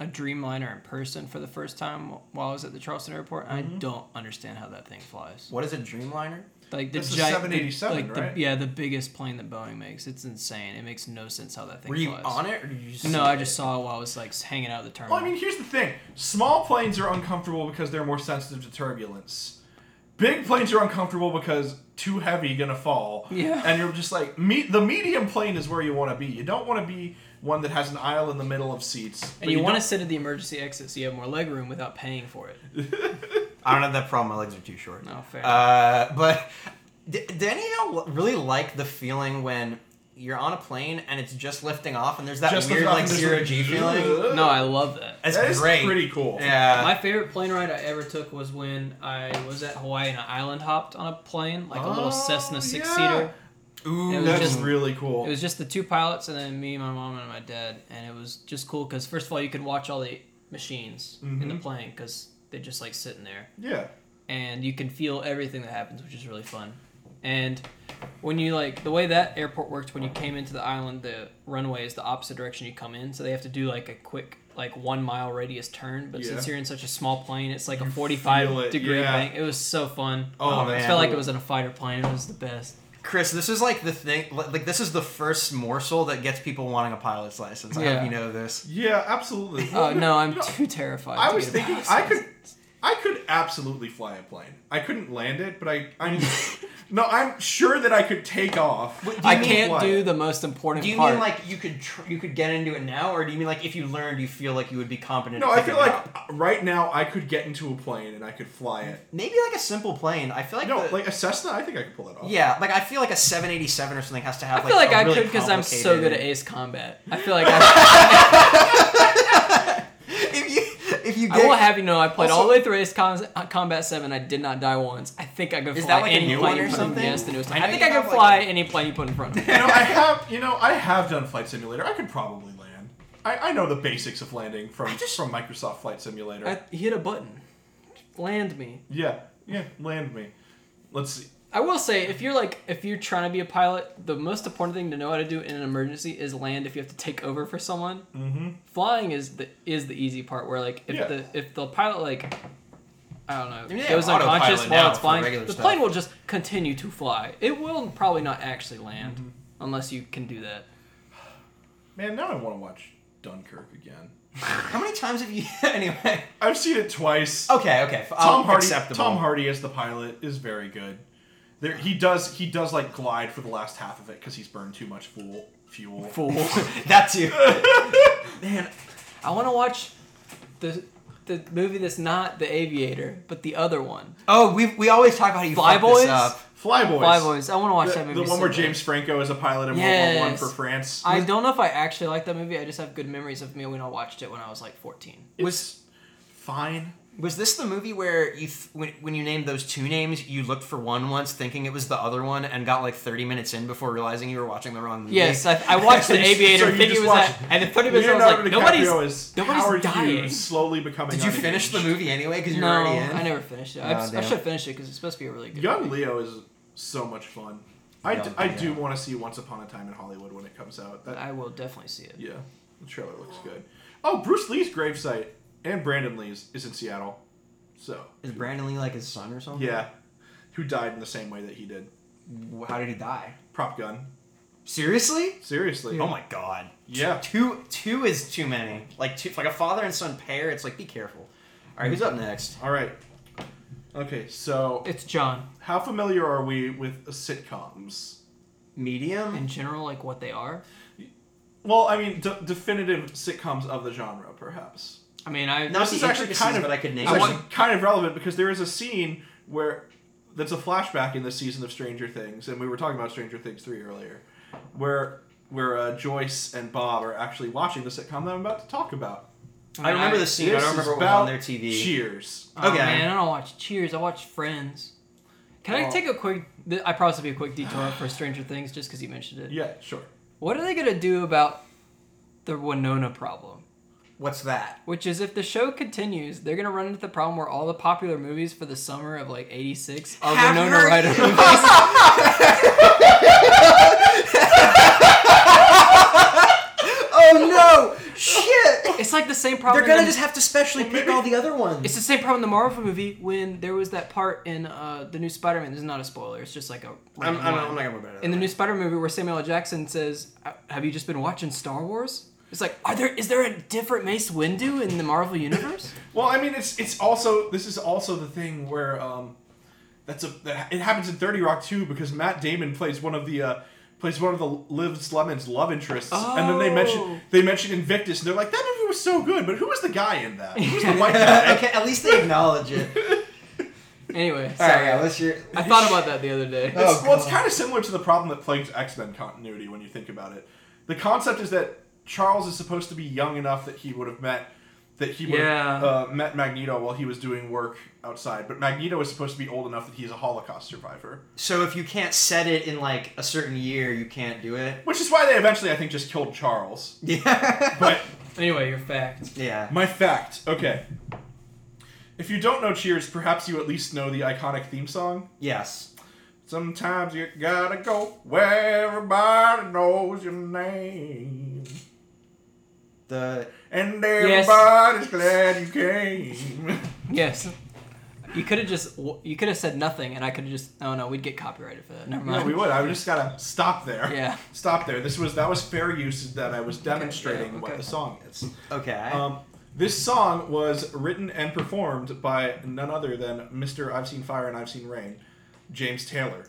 Speaker 4: a Dreamliner in person for the first time while I was at the Charleston airport, and
Speaker 2: Mm-hmm.
Speaker 4: I don't understand how that thing flies.
Speaker 1: What is a Dreamliner?
Speaker 4: Like the
Speaker 2: That's a
Speaker 4: gi- the-
Speaker 2: 787,
Speaker 4: like the-
Speaker 2: right?
Speaker 4: yeah, the biggest plane that Boeing makes. It's insane. It makes no sense how that thing
Speaker 1: Were you
Speaker 4: flies.
Speaker 1: on it, or did you just? see
Speaker 4: No, I
Speaker 1: it?
Speaker 4: just saw it while I was like hanging out of the terminal.
Speaker 2: Well, I mean, here's the thing: small planes are uncomfortable because they're more sensitive to turbulence. Big planes are uncomfortable because too heavy, gonna fall.
Speaker 4: Yeah.
Speaker 2: And you're just like, me- the medium plane is where you want to be. You don't want to be one that has an aisle in the middle of seats. but
Speaker 4: and you, want
Speaker 2: don't-
Speaker 4: to sit at the emergency exit so you have more leg room without paying for it.
Speaker 1: I don't have that problem. My legs are too short.
Speaker 4: No, fair.
Speaker 1: Uh, but d- did any of y'all really like the feeling when you're on a plane and it's just lifting off and there's that
Speaker 2: Just
Speaker 1: weird
Speaker 2: looking up
Speaker 1: like
Speaker 2: and just
Speaker 1: zero
Speaker 2: like,
Speaker 1: G feeling?
Speaker 4: no, I love that.
Speaker 1: That's
Speaker 2: That is
Speaker 1: great.
Speaker 2: pretty cool.
Speaker 1: Yeah.
Speaker 4: My favorite plane ride I ever took was when I was at Hawaii and I island hopped on a plane, like a
Speaker 2: Oh,
Speaker 4: little Cessna six
Speaker 2: yeah.
Speaker 4: seater.
Speaker 1: Ooh,
Speaker 4: It was
Speaker 2: That's
Speaker 4: just-
Speaker 2: really cool.
Speaker 4: It was just the two pilots and then me, my mom, and my dad, and it was just cool because first of all, you could watch all the machines in
Speaker 2: Mm-hmm.
Speaker 4: the plane because they're just like sitting there,
Speaker 2: yeah.
Speaker 4: and you can feel everything that happens, which is really fun. And when you like the way that airport worked, when you came into the island, the runway is the opposite direction you come in, so they have to do like a quick like one mile radius turn. But
Speaker 2: Yeah.
Speaker 4: since you're in such a small plane, it's like a
Speaker 2: feel it,
Speaker 4: 45 degree
Speaker 2: yeah.
Speaker 4: bank. It was so fun. Um,
Speaker 1: Oh,
Speaker 4: I
Speaker 1: man.
Speaker 4: felt like it was in a fighter plane. It was the best.
Speaker 1: Chris, this is like the thing. li- Like this is the first morsel that gets people wanting a pilot's license. I
Speaker 4: Yeah.
Speaker 1: hope you know this.
Speaker 2: Yeah, absolutely.
Speaker 4: Oh no, I'm
Speaker 2: You know,
Speaker 4: too terrified.
Speaker 2: I
Speaker 4: to
Speaker 2: was
Speaker 4: get a
Speaker 2: thinking
Speaker 4: pilot's
Speaker 2: I could I could absolutely fly a plane. I couldn't land it, but I, I'm no, I'm sure that I could take off.
Speaker 1: What do you
Speaker 4: I
Speaker 1: mean
Speaker 4: can't
Speaker 2: what?
Speaker 4: do the most important
Speaker 1: Do you
Speaker 4: part.
Speaker 1: mean like you could tr- you could get into it now, or do you mean like if you learned, you feel like you would be competent?
Speaker 2: No,
Speaker 1: to
Speaker 2: I
Speaker 1: pick
Speaker 2: feel
Speaker 1: it
Speaker 2: like
Speaker 1: up?
Speaker 2: right now I could get into a plane and I could fly it.
Speaker 1: maybe like a simple plane. I feel like
Speaker 2: no,
Speaker 1: the-
Speaker 2: like a Cessna, I think I could pull that off.
Speaker 1: yeah, like I feel like a 787 or something has to
Speaker 4: I
Speaker 1: have.
Speaker 4: feel like
Speaker 1: I
Speaker 4: I
Speaker 1: really
Speaker 4: could because I'm so good at
Speaker 1: complicated-
Speaker 4: Ace Combat. I feel like I,
Speaker 1: If you if you
Speaker 4: I
Speaker 1: get
Speaker 4: will have you know I played all
Speaker 2: Also-
Speaker 4: the way through Ace Com- Combat Seven. I did not die once. I think I could
Speaker 1: Is
Speaker 4: fly
Speaker 1: that like a
Speaker 4: any
Speaker 1: new
Speaker 4: plane
Speaker 1: one
Speaker 4: you
Speaker 1: or
Speaker 4: put-
Speaker 1: something?
Speaker 4: Yes, the newest
Speaker 1: I
Speaker 4: one.
Speaker 1: know
Speaker 4: I think
Speaker 1: you
Speaker 4: I could
Speaker 1: have, like,
Speaker 4: fly
Speaker 1: a-
Speaker 4: any plane you put in front of me.
Speaker 2: You know, I have you know I have done Flight Simulator. I could probably land. I, I know the basics of landing from from Microsoft Flight Simulator.
Speaker 4: I hit a button. Land me.
Speaker 2: yeah, yeah, land me. Let's see.
Speaker 4: I will say, if you're like, if you're trying to be a pilot, the most important thing to know how to do in an emergency is land. If you have to take over for someone,
Speaker 2: Mm-hmm.
Speaker 4: flying is the is the easy part. Where like, if
Speaker 2: Yeah.
Speaker 4: the if the pilot like, I don't know,
Speaker 1: mean, they
Speaker 4: goes
Speaker 1: have autopilot
Speaker 4: unconscious
Speaker 1: now
Speaker 4: while it's
Speaker 1: for
Speaker 4: flying,
Speaker 1: regular
Speaker 4: the
Speaker 1: stuff.
Speaker 4: plane will just continue to fly. It will probably not actually land
Speaker 2: Mm-hmm.
Speaker 4: unless you can do that.
Speaker 2: Man, now I want to watch Dunkirk again.
Speaker 1: how many times have you anyway?
Speaker 2: I've seen it twice.
Speaker 1: Okay, okay.
Speaker 4: Oh,
Speaker 1: Tom
Speaker 2: Tom Hardy.
Speaker 1: Acceptable.
Speaker 2: Tom Hardy as the pilot is very good. There, he does he does like glide for the last half of it because he's burned too much fuel. Fuel.
Speaker 4: Fool.
Speaker 1: That too.
Speaker 4: Man, I want to watch the the movie that's not The Aviator, but the other one,
Speaker 1: Oh, we we always talk about how you
Speaker 4: Fly
Speaker 1: fuck this
Speaker 4: Boys?
Speaker 1: up.
Speaker 2: Fly Boys.
Speaker 4: Fly Boys. I want to watch
Speaker 2: The,
Speaker 4: that movie.
Speaker 2: the one
Speaker 4: so
Speaker 2: where
Speaker 4: bad.
Speaker 2: James Franco is a pilot in World War One
Speaker 4: Yes.
Speaker 2: for France.
Speaker 4: I don't know if I actually like that movie. I just have good memories of me when I watched it when I was like 14.
Speaker 2: It's
Speaker 1: was-
Speaker 2: fine.
Speaker 1: Was this the movie where you th- when, when you named those two names, you looked for one once, thinking it was the other one, and got like thirty minutes in before realizing you were watching the wrong movie?
Speaker 4: Yes, I, I watched The
Speaker 2: So you-
Speaker 4: Aviator
Speaker 2: so you
Speaker 4: thinking it
Speaker 2: just
Speaker 4: was that.
Speaker 2: watched
Speaker 4: And then 30 minutes I was
Speaker 2: Leonardo
Speaker 4: like,
Speaker 2: DiCaprio
Speaker 4: nobody's.
Speaker 2: is
Speaker 4: nobody's
Speaker 2: Howard
Speaker 4: dying.
Speaker 2: Hughes slowly becoming.
Speaker 1: Did you
Speaker 2: unhinged.
Speaker 1: finish the movie anyway? Because you're
Speaker 4: No,
Speaker 1: already in.
Speaker 4: I never finished it. I,
Speaker 1: Oh,
Speaker 4: I
Speaker 1: damn.
Speaker 4: should finish it because it's supposed to be a really good
Speaker 2: Young
Speaker 4: movie.
Speaker 2: Leo is so much fun. I, d-
Speaker 1: Young
Speaker 2: I do
Speaker 1: Leo.
Speaker 2: want to see Once Upon a Time in Hollywood when it comes out. That
Speaker 4: I will definitely see it.
Speaker 2: yeah, the trailer looks good. Oh, Bruce Lee's gravesite and Brandon Lee's is in Seattle, so
Speaker 1: Is Brandon Lee like his son or something?
Speaker 2: yeah, who died in the same way that he did.
Speaker 1: Yeah. How did he die?
Speaker 2: Prop gun.
Speaker 1: Seriously?
Speaker 2: Seriously.
Speaker 1: Oh my god.
Speaker 2: Yeah.
Speaker 1: Two two is too many. Like two, like a father and son pair. It's like be careful. All right, who's up next?
Speaker 2: All right. Okay, so
Speaker 4: It's John.
Speaker 2: how familiar are we with sitcoms?
Speaker 1: Medium.
Speaker 4: In general, like what they are.
Speaker 2: Well, I mean, de- definitive sitcoms of the genre, perhaps.
Speaker 4: I mean, I.
Speaker 1: Not
Speaker 2: this
Speaker 1: the
Speaker 2: is actually
Speaker 1: intricacies,
Speaker 2: kind of-
Speaker 1: but I could name.
Speaker 2: It's
Speaker 4: I
Speaker 1: it.
Speaker 2: actually
Speaker 4: want-
Speaker 2: kind of relevant because there is a scene where that's a flashback in the season of Stranger Things, and we were talking about Stranger Things three earlier, where where uh, Joyce and Bob are actually watching the sitcom that I'm about to talk about.
Speaker 1: I remember the scene. I
Speaker 2: This
Speaker 1: don't
Speaker 2: is
Speaker 1: remember what was
Speaker 2: about
Speaker 1: on their TV.
Speaker 2: Cheers.
Speaker 4: Oh,
Speaker 1: Okay.
Speaker 4: man, I don't watch Cheers. I watch Friends. Can I
Speaker 2: Oh.
Speaker 4: take a quick? th- I promise it'll be a quick detour for Stranger Things, just because you mentioned it.
Speaker 2: Yeah, sure.
Speaker 4: What are they gonna do about the Winona problem?
Speaker 1: What's that?
Speaker 4: Which is if the show continues, they're gonna run into the problem where all the popular movies for the summer of like '86 are
Speaker 1: Have
Speaker 4: Oh, Winona
Speaker 1: her-
Speaker 4: Ryder movies.
Speaker 1: Oh no! Shit!
Speaker 4: It's like the same problem.
Speaker 1: They're gonna
Speaker 4: in-
Speaker 1: just have to specially pick all the other ones.
Speaker 4: It's the same problem in the Marvel movie when there was that part in uh, the new Spider-Man. This is not a spoiler. It's just like a.
Speaker 1: I'm, I'm,
Speaker 4: line.
Speaker 1: I'm not gonna worry about it.
Speaker 4: in the new Spider movie where Samuel L. Jackson says, "Uh, "Have you just been watching Star Wars?" It's like, are there is there a different Mace Windu in the Marvel universe?
Speaker 2: Well, I mean, it's it's also this is also the thing where um, that's a that, it happens in Thirty Rock too because Matt Damon plays one of the uh, plays one of the Liv Lemon's love interests, and then they
Speaker 4: Oh.
Speaker 2: mention they mention Invictus, and they're like, that movie was so good, but who was the guy in that? Who was the white guy?
Speaker 1: okay, at least they acknowledge it.
Speaker 4: anyway,
Speaker 1: All
Speaker 4: sorry.
Speaker 1: right, yeah, let's hear.
Speaker 4: I thought about that the other day.
Speaker 1: Oh,
Speaker 2: It's, well, it's
Speaker 1: God.
Speaker 2: kind of similar to the problem that plagues X Men continuity when you think about it. The concept is that Charles is supposed to be young enough that he would have met that he would have
Speaker 4: Yeah.
Speaker 2: uh, met Magneto while he was doing work outside, but Magneto is supposed to be old enough that he's a Holocaust survivor.
Speaker 1: So if you can't set it in like a certain year, you can't do it.
Speaker 2: Which is why they eventually, I think, just killed Charles.
Speaker 1: Yeah.
Speaker 2: But
Speaker 4: Anyway, your fact.
Speaker 1: yeah.
Speaker 2: my fact, okay. If you don't know Cheers, perhaps you at least know the iconic theme song.
Speaker 1: Yes.
Speaker 2: Sometimes you gotta go where everybody knows your name.
Speaker 1: The
Speaker 2: And
Speaker 4: Yes.
Speaker 2: everybody's glad you came.
Speaker 4: Yes. You could have just you could have said nothing, and I could have just. Oh no, we'd get copyrighted for that. Never mind.
Speaker 2: no, we would. I just gotta stop there.
Speaker 4: Yeah.
Speaker 2: Stop there. This was that was fair use that I was demonstrating what
Speaker 4: okay.
Speaker 2: the song is.
Speaker 1: okay.
Speaker 2: Um, This song was written and performed by none other than Mr. I've Seen Fire and I've Seen Rain, James Taylor.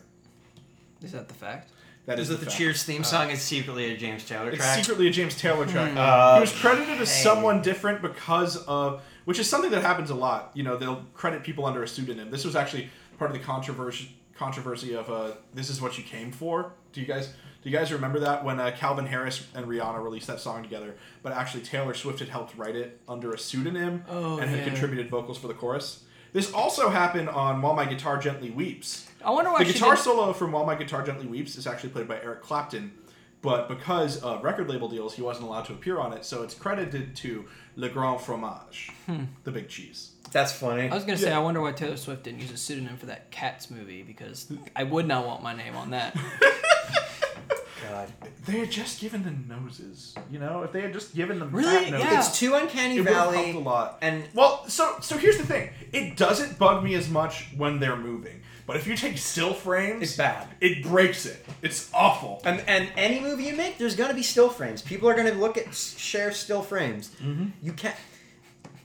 Speaker 4: Is that the fact?
Speaker 2: That
Speaker 1: Is uh,
Speaker 2: is,
Speaker 1: that the
Speaker 2: fact.
Speaker 1: Cheers theme song is secretly a James Taylor
Speaker 2: It's
Speaker 1: track?
Speaker 2: secretly a James Taylor track.
Speaker 4: Hmm.
Speaker 2: he was credited as
Speaker 1: Okay.
Speaker 2: someone different because of, which is something that happens a lot. You know, they'll credit people under a pseudonym. This was actually part of the controversy controversy of uh, "This Is What You Came For." Do you guys do you guys remember that when uh, Calvin Harris and Rihanna released that song together? But actually, Taylor Swift had helped write it under a pseudonym
Speaker 4: Oh,
Speaker 2: and had
Speaker 4: yeah.
Speaker 2: contributed vocals for the chorus. This also happened on "While My Guitar Gently Weeps."
Speaker 4: I wonder why
Speaker 2: The
Speaker 4: she
Speaker 2: guitar
Speaker 4: did-
Speaker 2: solo from While My Guitar Gently Weeps is actually played by Eric Clapton, but because of record label deals, he wasn't allowed to appear on it, so it's credited to Le Grand Fromage,
Speaker 1: Hmm.
Speaker 2: the big cheese.
Speaker 1: That's funny.
Speaker 4: I was gonna say
Speaker 2: Yeah.
Speaker 4: I wonder why Taylor Swift didn't use a pseudonym for that Cats movie because I would not want my name on that.
Speaker 1: God.
Speaker 2: They had just given the noses, you know? If they had just given them
Speaker 4: Really?
Speaker 2: that nose,
Speaker 4: Yeah.
Speaker 1: It's too uncanny
Speaker 2: it would have helped a
Speaker 1: valley,
Speaker 2: lot.
Speaker 1: and
Speaker 2: Well, so so here's the thing. It doesn't bug me as much when they're moving, but if you take still frames,
Speaker 1: it's bad.
Speaker 2: it breaks it. It's awful.
Speaker 1: And, and any movie you make, there's gonna be still frames. People are gonna look at share still frames. You can't.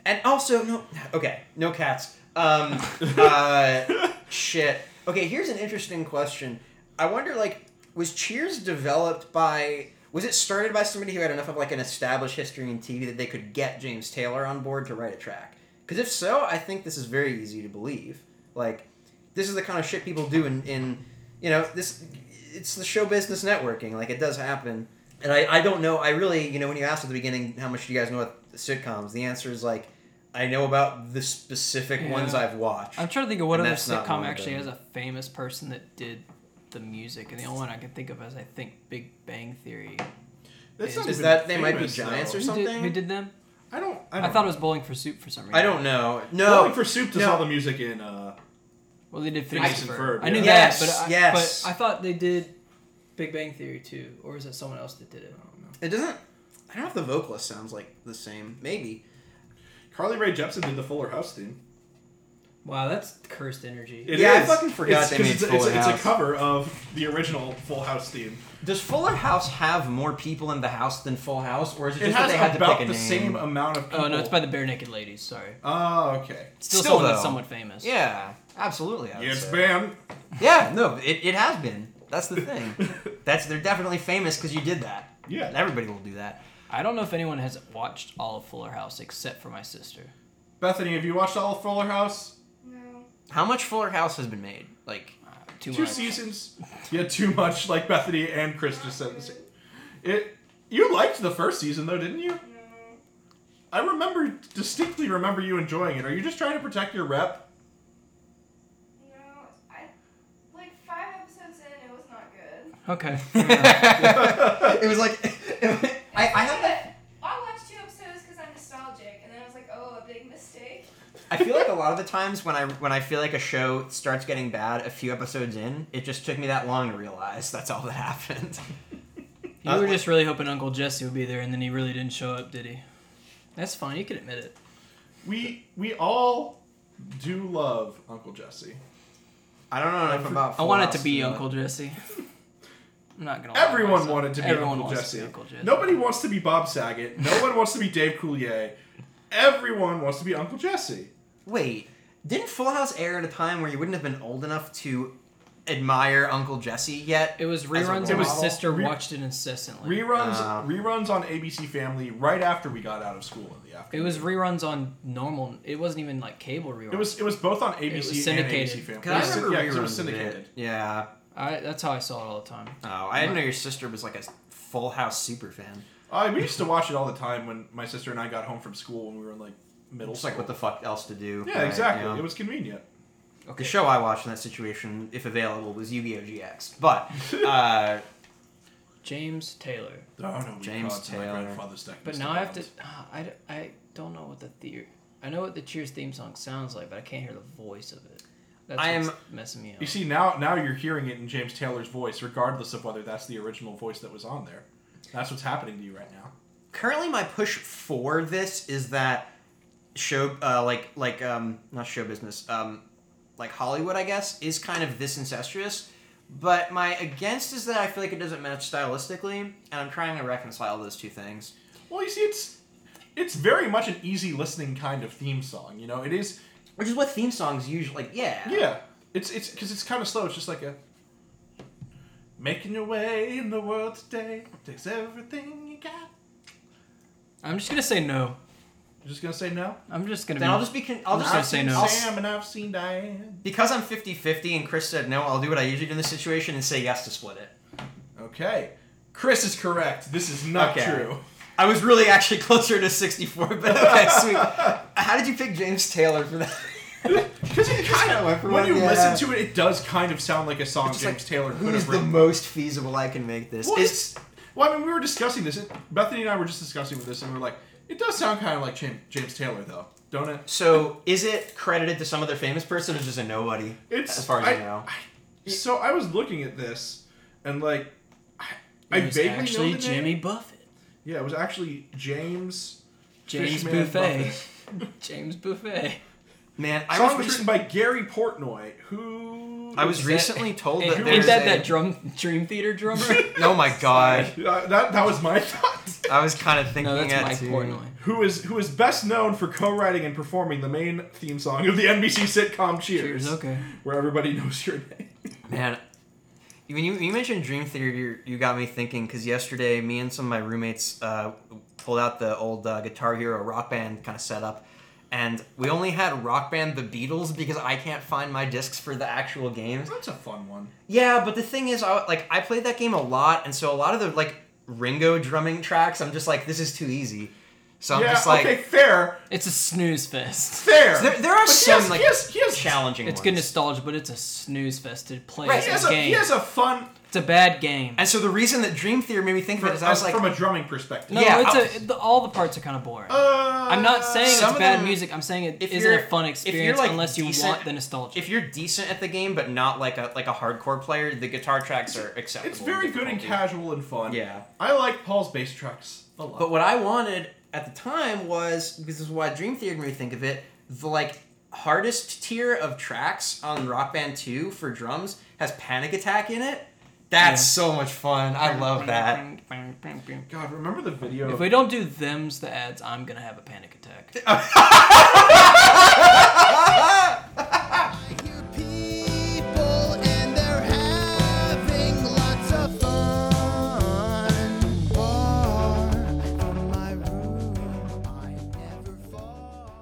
Speaker 1: And also, no. Okay, no cats. Um, uh, shit. Okay, here's an interesting question. I wonder, like, was Cheers developed by? Was it started by somebody who had enough of like an established history in TV that they could get James Taylor on board to write a track? Because if so, I think this is very easy to believe. Like, this is the kind of shit people do in, in you know this it's the show business networking like it does happen and I, I don't know i really you know when you asked at the beginning how much do you guys know about sitcoms the answer is like i know about the specific
Speaker 4: Yeah.
Speaker 1: ones i've watched
Speaker 4: I'm trying to think of what
Speaker 1: And
Speaker 4: other
Speaker 1: that's not one
Speaker 4: sitcom
Speaker 1: of
Speaker 4: actually
Speaker 1: them.
Speaker 4: has a famous person that did the music, and the only one I can think of is I think Big Bang Theory.
Speaker 2: That's not
Speaker 1: Is
Speaker 2: even
Speaker 1: that they might be
Speaker 2: famous,
Speaker 1: giants
Speaker 2: though.
Speaker 1: or
Speaker 4: Who did,
Speaker 1: something?
Speaker 4: who did them?
Speaker 2: I don't. I,
Speaker 4: I,
Speaker 2: don't
Speaker 4: thought it was Bowling for Soup for some reason.
Speaker 1: i don't know no
Speaker 2: Bowling for Soup does
Speaker 1: no.
Speaker 2: all the music in. Uh,
Speaker 4: Well, they did
Speaker 2: Phineas
Speaker 4: Phineas
Speaker 2: and
Speaker 4: and
Speaker 2: Ferb,
Speaker 4: I knew
Speaker 2: yeah.
Speaker 1: Yes,
Speaker 4: that, but I,
Speaker 1: yes.
Speaker 4: but I thought they did.
Speaker 3: Big Bang Theory too, or is it someone else that did it?
Speaker 1: it doesn't i don't know if the vocalist sounds like the same maybe
Speaker 2: Carly Rae Jepsen did the Fuller House theme.
Speaker 3: Wow, that's cursed energy.
Speaker 2: It
Speaker 1: Yeah, I
Speaker 2: is.
Speaker 1: fucking forgot they
Speaker 2: 'cause
Speaker 1: made
Speaker 2: it's, a-
Speaker 1: Fuller
Speaker 2: it's, a- it's
Speaker 1: House.
Speaker 2: a cover of the original Full House theme.
Speaker 1: does fuller house have more people in the house than full house or is it
Speaker 2: It
Speaker 1: just
Speaker 2: has
Speaker 1: that they had to
Speaker 2: about
Speaker 1: pick a
Speaker 2: the
Speaker 1: name
Speaker 2: same amount of people.
Speaker 4: Oh no, it's by the Bare Naked Ladies. Sorry,
Speaker 2: Oh, okay.
Speaker 4: still,
Speaker 1: Still,
Speaker 4: someone
Speaker 1: though.
Speaker 4: that's somewhat famous.
Speaker 1: yeah absolutely I would
Speaker 2: It's
Speaker 1: say.
Speaker 2: bam.
Speaker 1: Yeah, no, it, it has been. That's the thing. That's they're definitely famous because you did that.
Speaker 2: Yeah.
Speaker 1: And everybody will do that.
Speaker 4: I don't know if anyone has watched all of Fuller House except for my sister.
Speaker 2: Bethany, have you watched all of Fuller House?
Speaker 1: How much Fuller House has been made? Like,
Speaker 4: Uh, too
Speaker 2: Two
Speaker 4: much.
Speaker 2: seasons. Yeah, too much. Like Bethany and Chris just said. It. You liked the first season though, didn't you? I remember distinctly remember you enjoying it. Are you just trying to protect your rep?
Speaker 5: No, I like five episodes in, it was not good.
Speaker 4: Okay.
Speaker 1: Uh, it was like I, I have that.
Speaker 5: I watched two episodes because I'm nostalgic, and then I was like, oh, a big mistake.
Speaker 1: I feel like a lot of the times when I when I feel like a show starts getting bad a few episodes in, it just took me that long to realize that's all that happened.
Speaker 4: You were just really hoping Uncle Jesse would be there, and then he really didn't show up, did he? That's fine. You can admit it.
Speaker 2: We we all do love Uncle Jesse.
Speaker 1: I don't know enough about.
Speaker 4: I
Speaker 1: Full
Speaker 4: want it
Speaker 1: House
Speaker 4: to be
Speaker 1: know.
Speaker 4: Uncle Jesse. I'm not gonna. lie to
Speaker 2: Everyone
Speaker 4: myself.
Speaker 2: wanted to be
Speaker 4: Everyone
Speaker 2: Uncle
Speaker 4: wants
Speaker 2: Jesse.
Speaker 4: To be Uncle Jesse.
Speaker 2: Nobody wants to be Bob Saget. No one wants to be Dave Coulier. Everyone wants to be Uncle Jesse.
Speaker 1: Wait, didn't Full House air at a time where you wouldn't have been old enough to admire Uncle Jesse yet?
Speaker 4: It was
Speaker 1: As a
Speaker 4: reruns,
Speaker 1: role
Speaker 4: and my
Speaker 1: model?
Speaker 4: sister
Speaker 2: Re-
Speaker 4: watched it incessantly.
Speaker 2: Reruns
Speaker 1: Uh.
Speaker 2: reruns on ABC Family right after we got out of school in the
Speaker 4: it
Speaker 2: afternoon.
Speaker 4: was reruns on normal. It wasn't even like cable reruns.
Speaker 2: it was it was both on ABC
Speaker 4: was
Speaker 2: and
Speaker 4: syndicated.
Speaker 2: ABC Family.
Speaker 1: Cause
Speaker 2: It
Speaker 1: I
Speaker 2: was-
Speaker 1: remember
Speaker 2: yeah, 'cause
Speaker 1: reruns
Speaker 2: it was
Speaker 1: of it.
Speaker 2: syndicated.
Speaker 1: Yeah.
Speaker 4: I, that's how I saw it all the time.
Speaker 1: Oh, I didn't know your sister was like a Full House super fan.
Speaker 2: Uh, we used to watch it all the time when my sister and I got home from school when we were in like middle
Speaker 1: Just
Speaker 2: school.
Speaker 1: like what the fuck else to do?
Speaker 2: yeah,
Speaker 1: right,
Speaker 2: exactly.
Speaker 1: you know?
Speaker 2: It was convenient.
Speaker 1: the show I watched in that situation, if available, was Yu-Gi-Oh! GX. But uh,
Speaker 4: James Taylor.
Speaker 2: Oh no, we
Speaker 1: James
Speaker 2: caught to my
Speaker 1: Taylor.
Speaker 2: grandfather's deck.
Speaker 4: But
Speaker 2: Mr.
Speaker 4: now I have to.
Speaker 2: Adams.
Speaker 4: ah, I, d- I don't know what the theory. I know what the Cheers theme song sounds like, but I can't hear the voice of it. That's
Speaker 1: I am-
Speaker 4: what's messing me up.
Speaker 2: You see now now you're hearing it in James Taylor's voice, regardless of whether that's the original voice that was on there. That's what's happening to you right now.
Speaker 1: currently, my push for this is that show, uh, like like um, not show business, um, like Hollywood, I guess, is kind of this incestuous. But my against is that I feel like it doesn't match stylistically, and I'm trying to reconcile those two things.
Speaker 2: Well, you see, it's it's very much an easy listening kind of theme song. You know, it is.
Speaker 1: Which is what theme songs usually like. Yeah.
Speaker 2: Yeah, it's it's because it's kind of slow. It's just like a making your way in the world today takes everything you got.
Speaker 4: I'm just gonna say no.
Speaker 2: You're just gonna say no.
Speaker 4: I'm just gonna.
Speaker 1: Then
Speaker 4: be,
Speaker 1: I'll just be. Con- I'll
Speaker 4: I'm
Speaker 1: just
Speaker 4: gonna
Speaker 1: I'll
Speaker 4: say
Speaker 1: sing
Speaker 4: no.
Speaker 1: I'll s-
Speaker 2: Sam and I've seen Diane.
Speaker 1: because I'm 50-50 and Chris said no. I'll do what I usually do in this situation and say yes to split it.
Speaker 2: Okay, Chris is correct. This is not
Speaker 1: Okay.
Speaker 2: true.
Speaker 1: I was really actually closer to 64, but okay, sweet. How did you pick James Taylor for that?
Speaker 2: Because it kind
Speaker 1: kinda went
Speaker 2: of
Speaker 1: for
Speaker 2: when
Speaker 1: one,
Speaker 2: you
Speaker 1: yeah.
Speaker 2: listen to it, it does kind of sound like a song
Speaker 1: It's
Speaker 2: James
Speaker 1: just like,
Speaker 2: Taylor could
Speaker 1: Who's
Speaker 2: have
Speaker 1: the
Speaker 2: written.
Speaker 1: most feasible I can make this?
Speaker 2: Well,
Speaker 1: It's-
Speaker 2: it's- well, I mean, we were discussing this. It, Bethany and I were just discussing with this, and we were like, it does sound kind of like James, James Taylor, though, don't it?
Speaker 1: so is it credited to some other famous person or just a nobody?
Speaker 2: It's
Speaker 1: as far as
Speaker 2: I,
Speaker 1: you know.
Speaker 2: I- so I was looking at this, and like, I, I
Speaker 4: It was
Speaker 2: vaguely
Speaker 4: actually
Speaker 2: know the name.
Speaker 4: Jimmy Buffett.
Speaker 2: Yeah, it was actually James.
Speaker 4: James
Speaker 2: Fishman
Speaker 4: Buffet.
Speaker 2: Buffett.
Speaker 4: James Buffet.
Speaker 1: Man,
Speaker 2: The
Speaker 1: I
Speaker 2: song
Speaker 1: was,
Speaker 2: was written by Gary Portnoy, who
Speaker 1: I was
Speaker 4: Is that-
Speaker 1: recently told that
Speaker 4: Ain't
Speaker 1: there's
Speaker 4: that
Speaker 1: a-
Speaker 4: that drum Dream Theater drummer?
Speaker 1: Oh my god.
Speaker 2: Uh, that that was my thought.
Speaker 1: I was kind of thinking
Speaker 4: no, that's
Speaker 1: that
Speaker 4: Mike
Speaker 1: too.
Speaker 4: Portnoy.
Speaker 2: who is who is best known for co-writing and performing the main theme song of the NBC sitcom Cheers,
Speaker 4: Cheers. Okay.
Speaker 2: where everybody knows your name.
Speaker 1: Man, when you, you mentioned Dream Theater, you, you got me thinking because yesterday, me and some of my roommates uh, pulled out the old uh, Guitar Hero Rock Band kind of setup, and we only had Rock Band the Beatles because I can't find my discs for the actual games.
Speaker 2: That's a fun one.
Speaker 1: Yeah, but the thing is, I, like I played that game a lot, and so a lot of the like Ringo drumming tracks, I'm just like, this is too easy. So I'm
Speaker 2: yeah,
Speaker 1: just like,
Speaker 2: okay, fair,
Speaker 4: It's a snooze fest.
Speaker 2: fair.
Speaker 1: there, there are
Speaker 2: But he
Speaker 1: some
Speaker 2: has-
Speaker 1: like
Speaker 2: he has, he has,
Speaker 1: challenging.
Speaker 4: It's
Speaker 1: ones.
Speaker 4: good nostalgia, but it's a snooze fest to play
Speaker 1: Right,
Speaker 4: as
Speaker 2: He
Speaker 4: a
Speaker 2: has, a,
Speaker 4: game.
Speaker 2: he has a fun
Speaker 4: it's a bad game.
Speaker 1: And so the reason that Dream Theater made me think of it is I was like,
Speaker 2: from a drumming perspective.
Speaker 4: No,
Speaker 1: yeah,
Speaker 4: it's a, the, all the parts are kind of boring.
Speaker 2: Uh,
Speaker 4: I'm not saying it's
Speaker 1: some of
Speaker 4: bad
Speaker 1: them-
Speaker 4: music. I'm saying it
Speaker 1: if
Speaker 4: isn't a
Speaker 1: you're-
Speaker 4: fun
Speaker 1: if you're,
Speaker 4: experience
Speaker 1: like,
Speaker 4: unless you
Speaker 1: decent-
Speaker 4: want the nostalgia.
Speaker 1: if you're decent at the game but not like a like a hardcore player, the guitar tracks are acceptable.
Speaker 2: It's very good and
Speaker 1: difficulty.
Speaker 2: casual and fun.
Speaker 1: Yeah.
Speaker 2: I like Paul's bass tracks a lot.
Speaker 1: But what I wanted at the time was because this is why Dream Theater made me think of it. The like hardest tier of tracks on Rock Band Two for drums has Panic Attack in it. That's so much fun. I love that.
Speaker 2: God, remember the video?
Speaker 4: If we don't do them's the ads, I'm gonna have a panic attack.
Speaker 6: people and they're having lots of fun. Far from my room, I'm never far.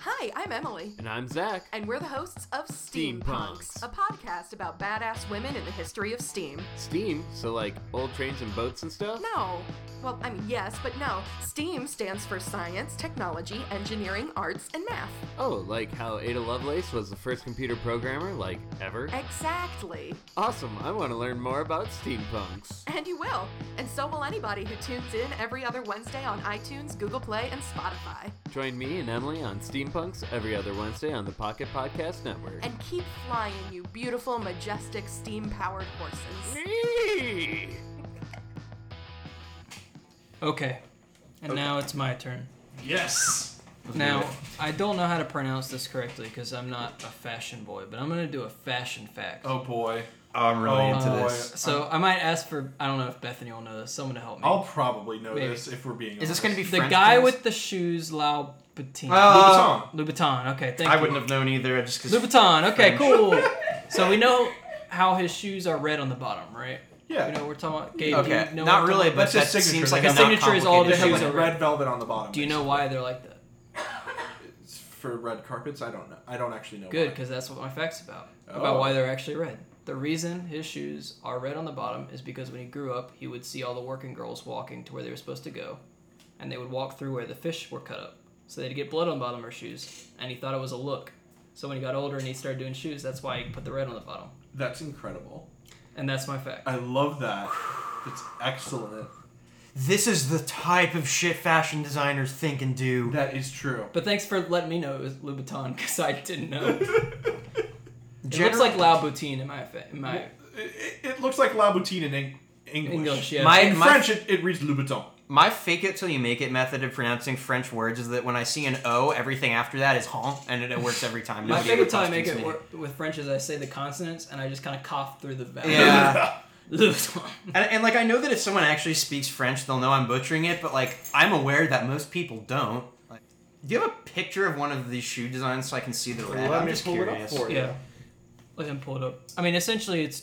Speaker 7: Hi, I'm Emily,
Speaker 8: And I'm Zach.
Speaker 7: and we're the hosts of Steampunks,
Speaker 8: Steampunks.
Speaker 7: a podcast about badass women in the history of steam.
Speaker 8: Steam, so like old trains and boats and stuff?
Speaker 7: No. Well, I mean, yes, but no. STEAM stands for science, technology, engineering, arts, and math.
Speaker 8: Oh, like how Ada Lovelace was the first computer programmer, like ever?
Speaker 7: Exactly.
Speaker 8: Awesome, I want to learn more about steampunks.
Speaker 7: And you will. And so will anybody who tunes in every other Wednesday on iTunes, Google Play, and Spotify.
Speaker 8: Join me and Emily on Steampunks every other Wednesday on the Pocket Podcast Network.
Speaker 7: And keep flying, you beautiful, majestic, steam powered horses.
Speaker 8: Eee!
Speaker 4: Okay, and now it's my turn.
Speaker 2: yes.
Speaker 4: Now I don't know how to pronounce this correctly because I'm not a fashion boy, but I'm gonna do a fashion fact.
Speaker 2: Oh boy.
Speaker 1: I'm really
Speaker 2: Oh,
Speaker 1: into
Speaker 2: boy.
Speaker 1: this.
Speaker 4: So I might ask for I don't know if Bethany will know this. Someone to help me.
Speaker 2: I'll probably know
Speaker 4: Maybe.
Speaker 2: this if we're being.
Speaker 1: Is this
Speaker 2: honest.
Speaker 1: gonna be
Speaker 4: the
Speaker 1: French
Speaker 4: guy
Speaker 1: things?
Speaker 4: with the shoes, Louboutin.
Speaker 1: Oh.
Speaker 2: Louboutin.
Speaker 4: Louboutin. Okay, thank
Speaker 1: I
Speaker 4: you.
Speaker 1: wouldn't have known either. Just because
Speaker 4: Louboutin. Okay, cool. so we know how his shoes are red on the bottom, right?
Speaker 2: Yeah.
Speaker 4: You know what we're talking about. Gabe, do
Speaker 1: Okay,
Speaker 4: you know what
Speaker 1: not
Speaker 4: I'm
Speaker 1: really,
Speaker 4: talking
Speaker 1: but
Speaker 2: That's
Speaker 1: that
Speaker 2: his signature.
Speaker 1: seems like
Speaker 2: His
Speaker 1: a not
Speaker 4: signature is all
Speaker 2: They
Speaker 4: the
Speaker 2: have
Speaker 1: complicated
Speaker 2: like
Speaker 4: shoes
Speaker 1: thing.
Speaker 4: are
Speaker 2: red velvet on the bottom.
Speaker 4: about? Do you know why they're like that?
Speaker 2: It's for red carpets? I don't know. I don't actually know.
Speaker 4: Good,
Speaker 2: why.
Speaker 4: because that's what my fact's about.
Speaker 2: Oh.
Speaker 4: About why they're actually red. The reason his shoes are red on the bottom is because when he grew up, he would see all the working girls walking to where they were supposed to go, and they would walk through where the fish were cut up. So they'd get blood on the bottom of her shoes, and he thought it was a look. So when he got older and he started doing shoes, that's why he put the red on the bottom.
Speaker 2: That's incredible.
Speaker 4: And that's my fact.
Speaker 2: I love that. It's excellent.
Speaker 1: This is the type of shit fashion designers think and do.
Speaker 2: That is true.
Speaker 4: But thanks for letting me know it was Louboutin because I didn't know. it
Speaker 1: Gener-
Speaker 4: looks like Louboutin in my fa- in my
Speaker 2: It, it looks like Laboutine in Eng- English.
Speaker 4: English. Yeah.
Speaker 1: My-
Speaker 2: In French, it, it reads Louboutin.
Speaker 1: My fake it till you make it method of pronouncing French words is that when I see an O, everything after that is honk, and it, it works every time.
Speaker 4: My
Speaker 1: Nobody
Speaker 4: favorite
Speaker 1: ever
Speaker 4: time I make
Speaker 1: questions me.
Speaker 4: it work with French is I say the consonants and I just kind of cough through the vowels.
Speaker 1: Yeah. And, and like I know that if someone actually speaks French, they'll know I'm butchering it, but like I'm aware that most people don't. Like, do you have a picture of one of these shoe designs so I can see the red?
Speaker 2: Let
Speaker 1: I'm
Speaker 2: me
Speaker 1: just
Speaker 2: pull
Speaker 1: curious.
Speaker 2: it up for you.
Speaker 4: Yeah. Let him pull it up. I mean, essentially, it's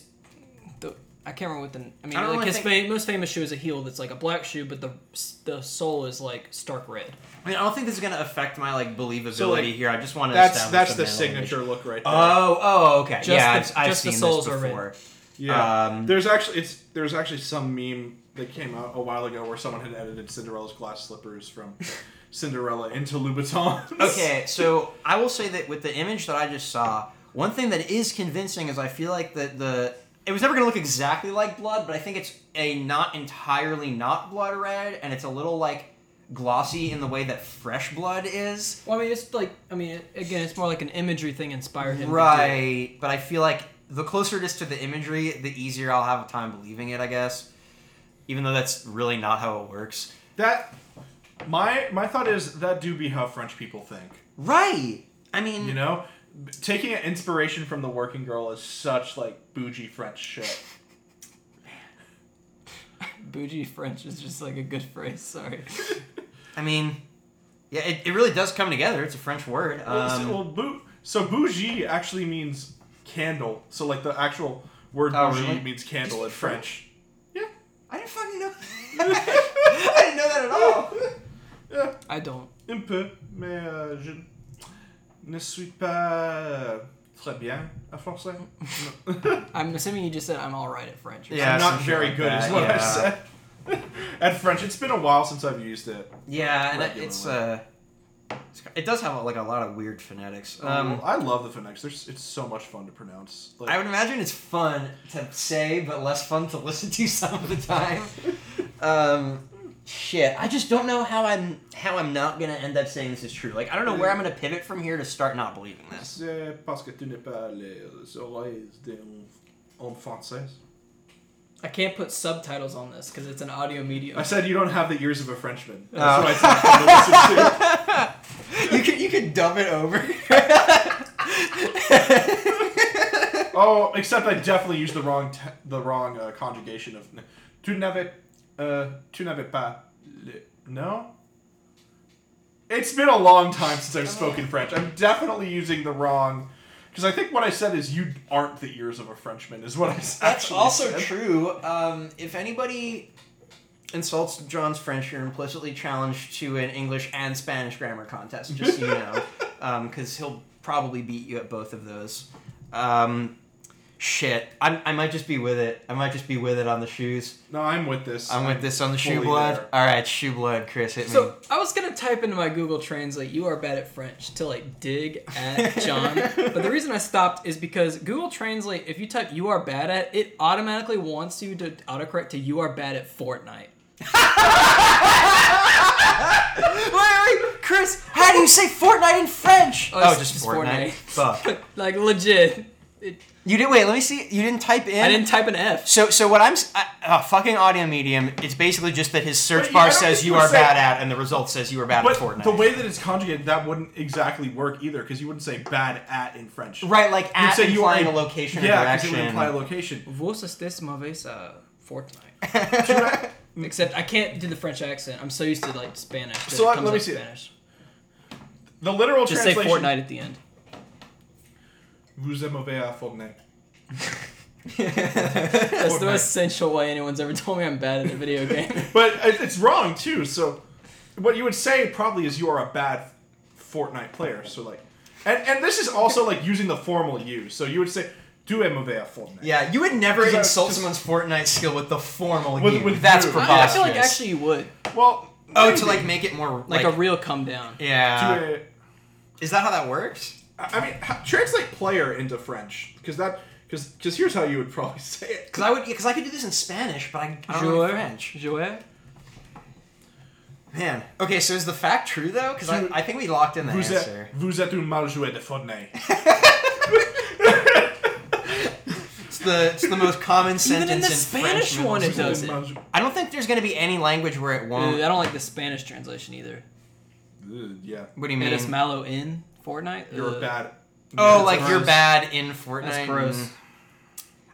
Speaker 4: the I can't remember what the I mean.
Speaker 1: I don't
Speaker 4: like
Speaker 1: really
Speaker 4: his
Speaker 1: think-
Speaker 4: fam- most famous shoe is a heel that's like a black shoe, but the the sole is like stark red.
Speaker 1: I mean, I don't think this is gonna affect my like believability
Speaker 2: So, like,
Speaker 1: here. I just want to.
Speaker 2: That's
Speaker 1: establish
Speaker 2: that's
Speaker 1: a
Speaker 2: the Uh,
Speaker 1: mental
Speaker 2: signature
Speaker 1: image.
Speaker 2: look right there.
Speaker 1: Oh, oh, okay.
Speaker 4: Just
Speaker 1: yeah,
Speaker 4: the-
Speaker 1: I've, I've
Speaker 4: just the
Speaker 1: seen
Speaker 4: soles
Speaker 1: this
Speaker 4: are red.
Speaker 1: before.
Speaker 2: yeah.
Speaker 1: um,
Speaker 2: there's actually it's there's actually some meme that came out a while ago where someone had edited Cinderella's glass slippers from Cinderella into Louboutins.
Speaker 1: Okay, so I will say that with the image that I just saw, one thing that is convincing is I feel like that the it was never going to look exactly like blood, but I think it's a not entirely not blood red, and it's a little like glossy in the way that fresh blood is.
Speaker 4: Well, I mean, it's like I mean, it, again, it's more like an imagery thing inspired him. to do it.
Speaker 1: Right, but I feel like the closer it is to the imagery, the easier I'll have a time believing it. I guess, even though that's really not how it works.
Speaker 2: That my my thought is that do be how French people think.
Speaker 1: Right. I mean,
Speaker 2: You know, B- taking an inspiration from the working girl is such like bougie French shit.
Speaker 4: Bougie French is just like a good phrase. Sorry.
Speaker 1: I mean, yeah, it, it really does come together. It's a French word.
Speaker 2: Well, so,
Speaker 1: Um,
Speaker 2: well, bou- so bougie actually means candle. So like the actual word
Speaker 1: Oh,
Speaker 2: bougie
Speaker 1: really?
Speaker 2: means candle in French.
Speaker 1: I didn't fucking know. I didn't know that at all.
Speaker 2: Yeah,
Speaker 4: I don't.
Speaker 2: Oh! un peu, mais euh, je ne suis pas très bien à français. No.
Speaker 4: I'm assuming you just said I'm all right at French. or
Speaker 1: Yeah,
Speaker 2: I'm
Speaker 1: some
Speaker 2: not
Speaker 1: shit
Speaker 2: very
Speaker 1: like
Speaker 2: good,
Speaker 1: that,
Speaker 2: is what I
Speaker 1: yeah.
Speaker 2: said. At French, it's been a while since I've used it.
Speaker 1: Yeah, and it, it's uh,
Speaker 2: Regularly.
Speaker 1: it's, it does have uh, like a lot of weird phonetics. Um,
Speaker 2: I love the phonics. There's, it's so much fun to pronounce. Like,
Speaker 1: I would imagine it's fun to say, but less fun to listen to some of the time. Um, shit, I just don't know how I'm how I'm not gonna end up saying this is true. Like, I don't know where I'm gonna pivot from here to start not believing this.
Speaker 2: C'est parce que tu n'es pas les oreilles d'un enfant français.
Speaker 4: I can't put subtitles on this because it's an audio medium.
Speaker 2: I said you don't have the ears of a Frenchman. That's
Speaker 1: Oh.
Speaker 2: what I said I'm gonna listen to.
Speaker 1: You could you could dub it over.
Speaker 2: Oh, except I definitely used the wrong te- the wrong uh, conjugation of tu n'avais uh, tu n'avais pas le- no. It's been a long time since I've spoken French. I'm definitely using the wrong because I think what I said is you aren't the ears of a Frenchman is what I s-
Speaker 1: That's
Speaker 2: actually
Speaker 1: also
Speaker 2: said.
Speaker 1: true. Um, if anybody insults John's French, you're implicitly challenged to an English and Spanish grammar contest, just so you know, because he'll probably beat you at both of those. Um, shit, I, I might just be with it. I might just be with it on the shoes.
Speaker 2: No, I'm with this.
Speaker 1: I'm with this on the shoe
Speaker 2: fully
Speaker 1: blood.
Speaker 2: there.
Speaker 1: All right, shoe blood, Chris, hit me.
Speaker 4: So I was gonna type into my Google Translate "you are bad at French" to like dig at John, but the reason I stopped is because Google Translate, if you type "you are bad at," it automatically wants you to autocorrect to "you are bad at Fortnite."
Speaker 1: Wait, wait, wait, Chris, how do you say Fortnite in French? Oh,
Speaker 4: it's
Speaker 1: just, Fortnite. Fuck.
Speaker 4: like legit, it,
Speaker 1: You did. Wait, let me see. You didn't type in.
Speaker 4: I didn't type an F.
Speaker 1: So, so what I'm s- I, uh, fucking audio medium. It's basically just that his search
Speaker 2: But yeah, I
Speaker 1: bar
Speaker 2: don't
Speaker 1: says
Speaker 2: think
Speaker 1: you
Speaker 2: we're
Speaker 1: are
Speaker 2: saying-
Speaker 1: bad at, and the result says you are bad
Speaker 2: But
Speaker 1: at Fortnite.
Speaker 2: the way that it's conjugated, that wouldn't exactly work either, because you wouldn't say "bad at" in French.
Speaker 1: right, like
Speaker 2: You'd
Speaker 1: at
Speaker 2: say you are
Speaker 1: implying a location or
Speaker 2: yeah, 'cause it
Speaker 1: direction.
Speaker 2: would imply location.
Speaker 4: Vos estes mauvais à Fortnite. Except I can't do the French accent. I'm so used to like Spanish. that
Speaker 2: So
Speaker 4: it
Speaker 1: uh,
Speaker 2: let-
Speaker 4: comes
Speaker 2: let me
Speaker 4: out
Speaker 2: see that.
Speaker 4: Spanish.
Speaker 2: The literal
Speaker 4: Just say
Speaker 2: translation.
Speaker 4: Fortnite at the end.
Speaker 2: Vous êtes mauvais à Fortnite.
Speaker 4: That's the
Speaker 2: Fortnite.
Speaker 4: most essential way anyone's ever told me I'm bad at a video game.
Speaker 2: But it- it's wrong too. So what you would say probably is you are a bad Fortnite player. So like, and and this is also like using the formal you. So you would say "tu es mauvais à Fortnite."
Speaker 1: yeah, you would never
Speaker 2: Because I-
Speaker 1: insult somemeone's Fortnite skill with the formal
Speaker 2: With-
Speaker 1: you.
Speaker 2: with
Speaker 1: That's
Speaker 2: you.
Speaker 1: preposterous.
Speaker 4: I, I feel like actually you would.
Speaker 2: Well.
Speaker 1: oh,
Speaker 2: maybe.
Speaker 1: to like make it more like,
Speaker 4: Like, a real come down.
Speaker 1: yeah.
Speaker 2: Tu es-
Speaker 1: Is that how that works?
Speaker 2: I I mean, ha- translate player into French because that because because here's how you would probably say it.
Speaker 1: Because I would, because I could do this in Spanish, but I, I don't know
Speaker 4: Jouer.
Speaker 1: French.
Speaker 4: Jouer?
Speaker 1: Man, okay, so is the fact true though? Because I,
Speaker 2: Jouer.
Speaker 1: I think we locked in the
Speaker 2: Vous êtes,
Speaker 1: answer.
Speaker 2: vous êtes un mal joueur de Fortnite.
Speaker 1: It's the it's the most common sentence
Speaker 4: Even in the
Speaker 1: in
Speaker 4: Spanish
Speaker 1: French
Speaker 4: one,
Speaker 1: movies.
Speaker 4: it does it.
Speaker 2: Mal jou-
Speaker 1: I don't think there's gonna be any language where it won't.
Speaker 4: Ooh, I don't like the Spanish translation either.
Speaker 2: Ugh, Yeah,
Speaker 1: What do you mean?
Speaker 4: Metis Mallow in Fortnite?
Speaker 2: you're
Speaker 4: Ugh.
Speaker 2: bad.
Speaker 1: Oh,
Speaker 4: That's
Speaker 1: like you're
Speaker 4: gross.
Speaker 1: bad in Fortnite.
Speaker 4: That's gross.
Speaker 1: and-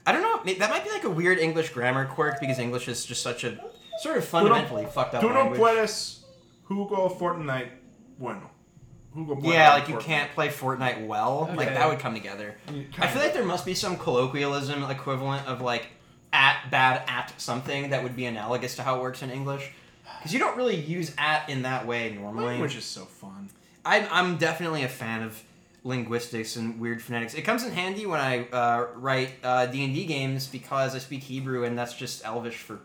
Speaker 1: I don't know. may- That might be like a weird English grammar quirk because English is just such a sort of fundamentally fucked up
Speaker 2: Tú no
Speaker 1: language.
Speaker 2: puedes jugar Fortnite bueno. Jugo bueno
Speaker 1: yeah, like you
Speaker 2: Fortnite.
Speaker 1: can't play Fortnite well. Like
Speaker 3: Okay.
Speaker 1: that would come together.
Speaker 2: You
Speaker 1: I feel
Speaker 2: kinda-
Speaker 1: like there must be some colloquialism equivalent of like at bad at something that would be analogous to how it works in English. Because you don't really use at in that way normally.
Speaker 2: Language is so fun.
Speaker 1: I'm, I'm definitely a fan of linguistics and weird phonetics. It comes in handy when I uh, write uh, D&D games because I speak Hebrew and that's just elvish for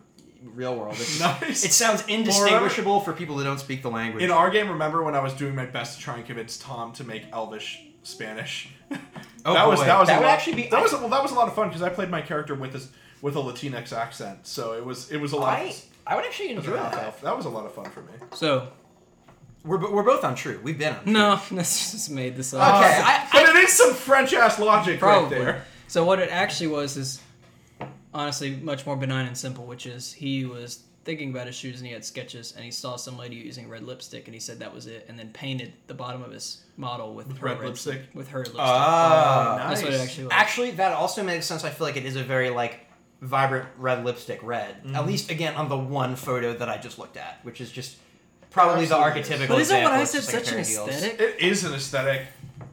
Speaker 1: real world. It's,
Speaker 2: Nice.
Speaker 1: It sounds indistinguishable for people that don't speak the language. Oh,
Speaker 2: In our game, remember when I was doing my best to try and convince Tom to make Elvish Spanish?
Speaker 1: Oh,
Speaker 2: that was
Speaker 1: boy.
Speaker 2: that was
Speaker 1: That
Speaker 2: a
Speaker 1: would
Speaker 2: lot,
Speaker 1: actually be-
Speaker 2: that was a- well that was a lot of fun because I played my character with this with a Latinx accent, so it was it was a lot.
Speaker 1: I, I would actually
Speaker 2: it was
Speaker 1: enjoy
Speaker 2: really
Speaker 1: that.
Speaker 2: tough. That was a lot of fun for me.
Speaker 4: So
Speaker 1: We're, bo- we're both untrue. We've been untrue.
Speaker 4: no, this just made this
Speaker 1: Okay,
Speaker 4: up.
Speaker 1: I-
Speaker 2: but it is some French ass logic
Speaker 4: Probably.
Speaker 2: right there.
Speaker 4: So what it actually was is honestly much more benign and simple, which is he was thinking about his shoes and he had sketches and he saw some lady using red lipstick and he said that was it and then painted the bottom of his model with, her
Speaker 2: red lipstick?
Speaker 4: with her lipstick.
Speaker 1: Ah.
Speaker 4: That's what it
Speaker 2: Nice.
Speaker 4: actually was.
Speaker 1: Actually, that also makes sense. I feel like it is a very like vibrant red lipstick red. At least again on the one photo that I just looked at, which is just probably the
Speaker 2: Absolutely.
Speaker 1: archetypical.
Speaker 4: but isn't
Speaker 1: example.
Speaker 4: what I
Speaker 1: It's
Speaker 4: said
Speaker 1: just like a
Speaker 4: such
Speaker 1: pair
Speaker 4: an
Speaker 1: of heels.
Speaker 4: aesthetic?
Speaker 2: It is an aesthetic.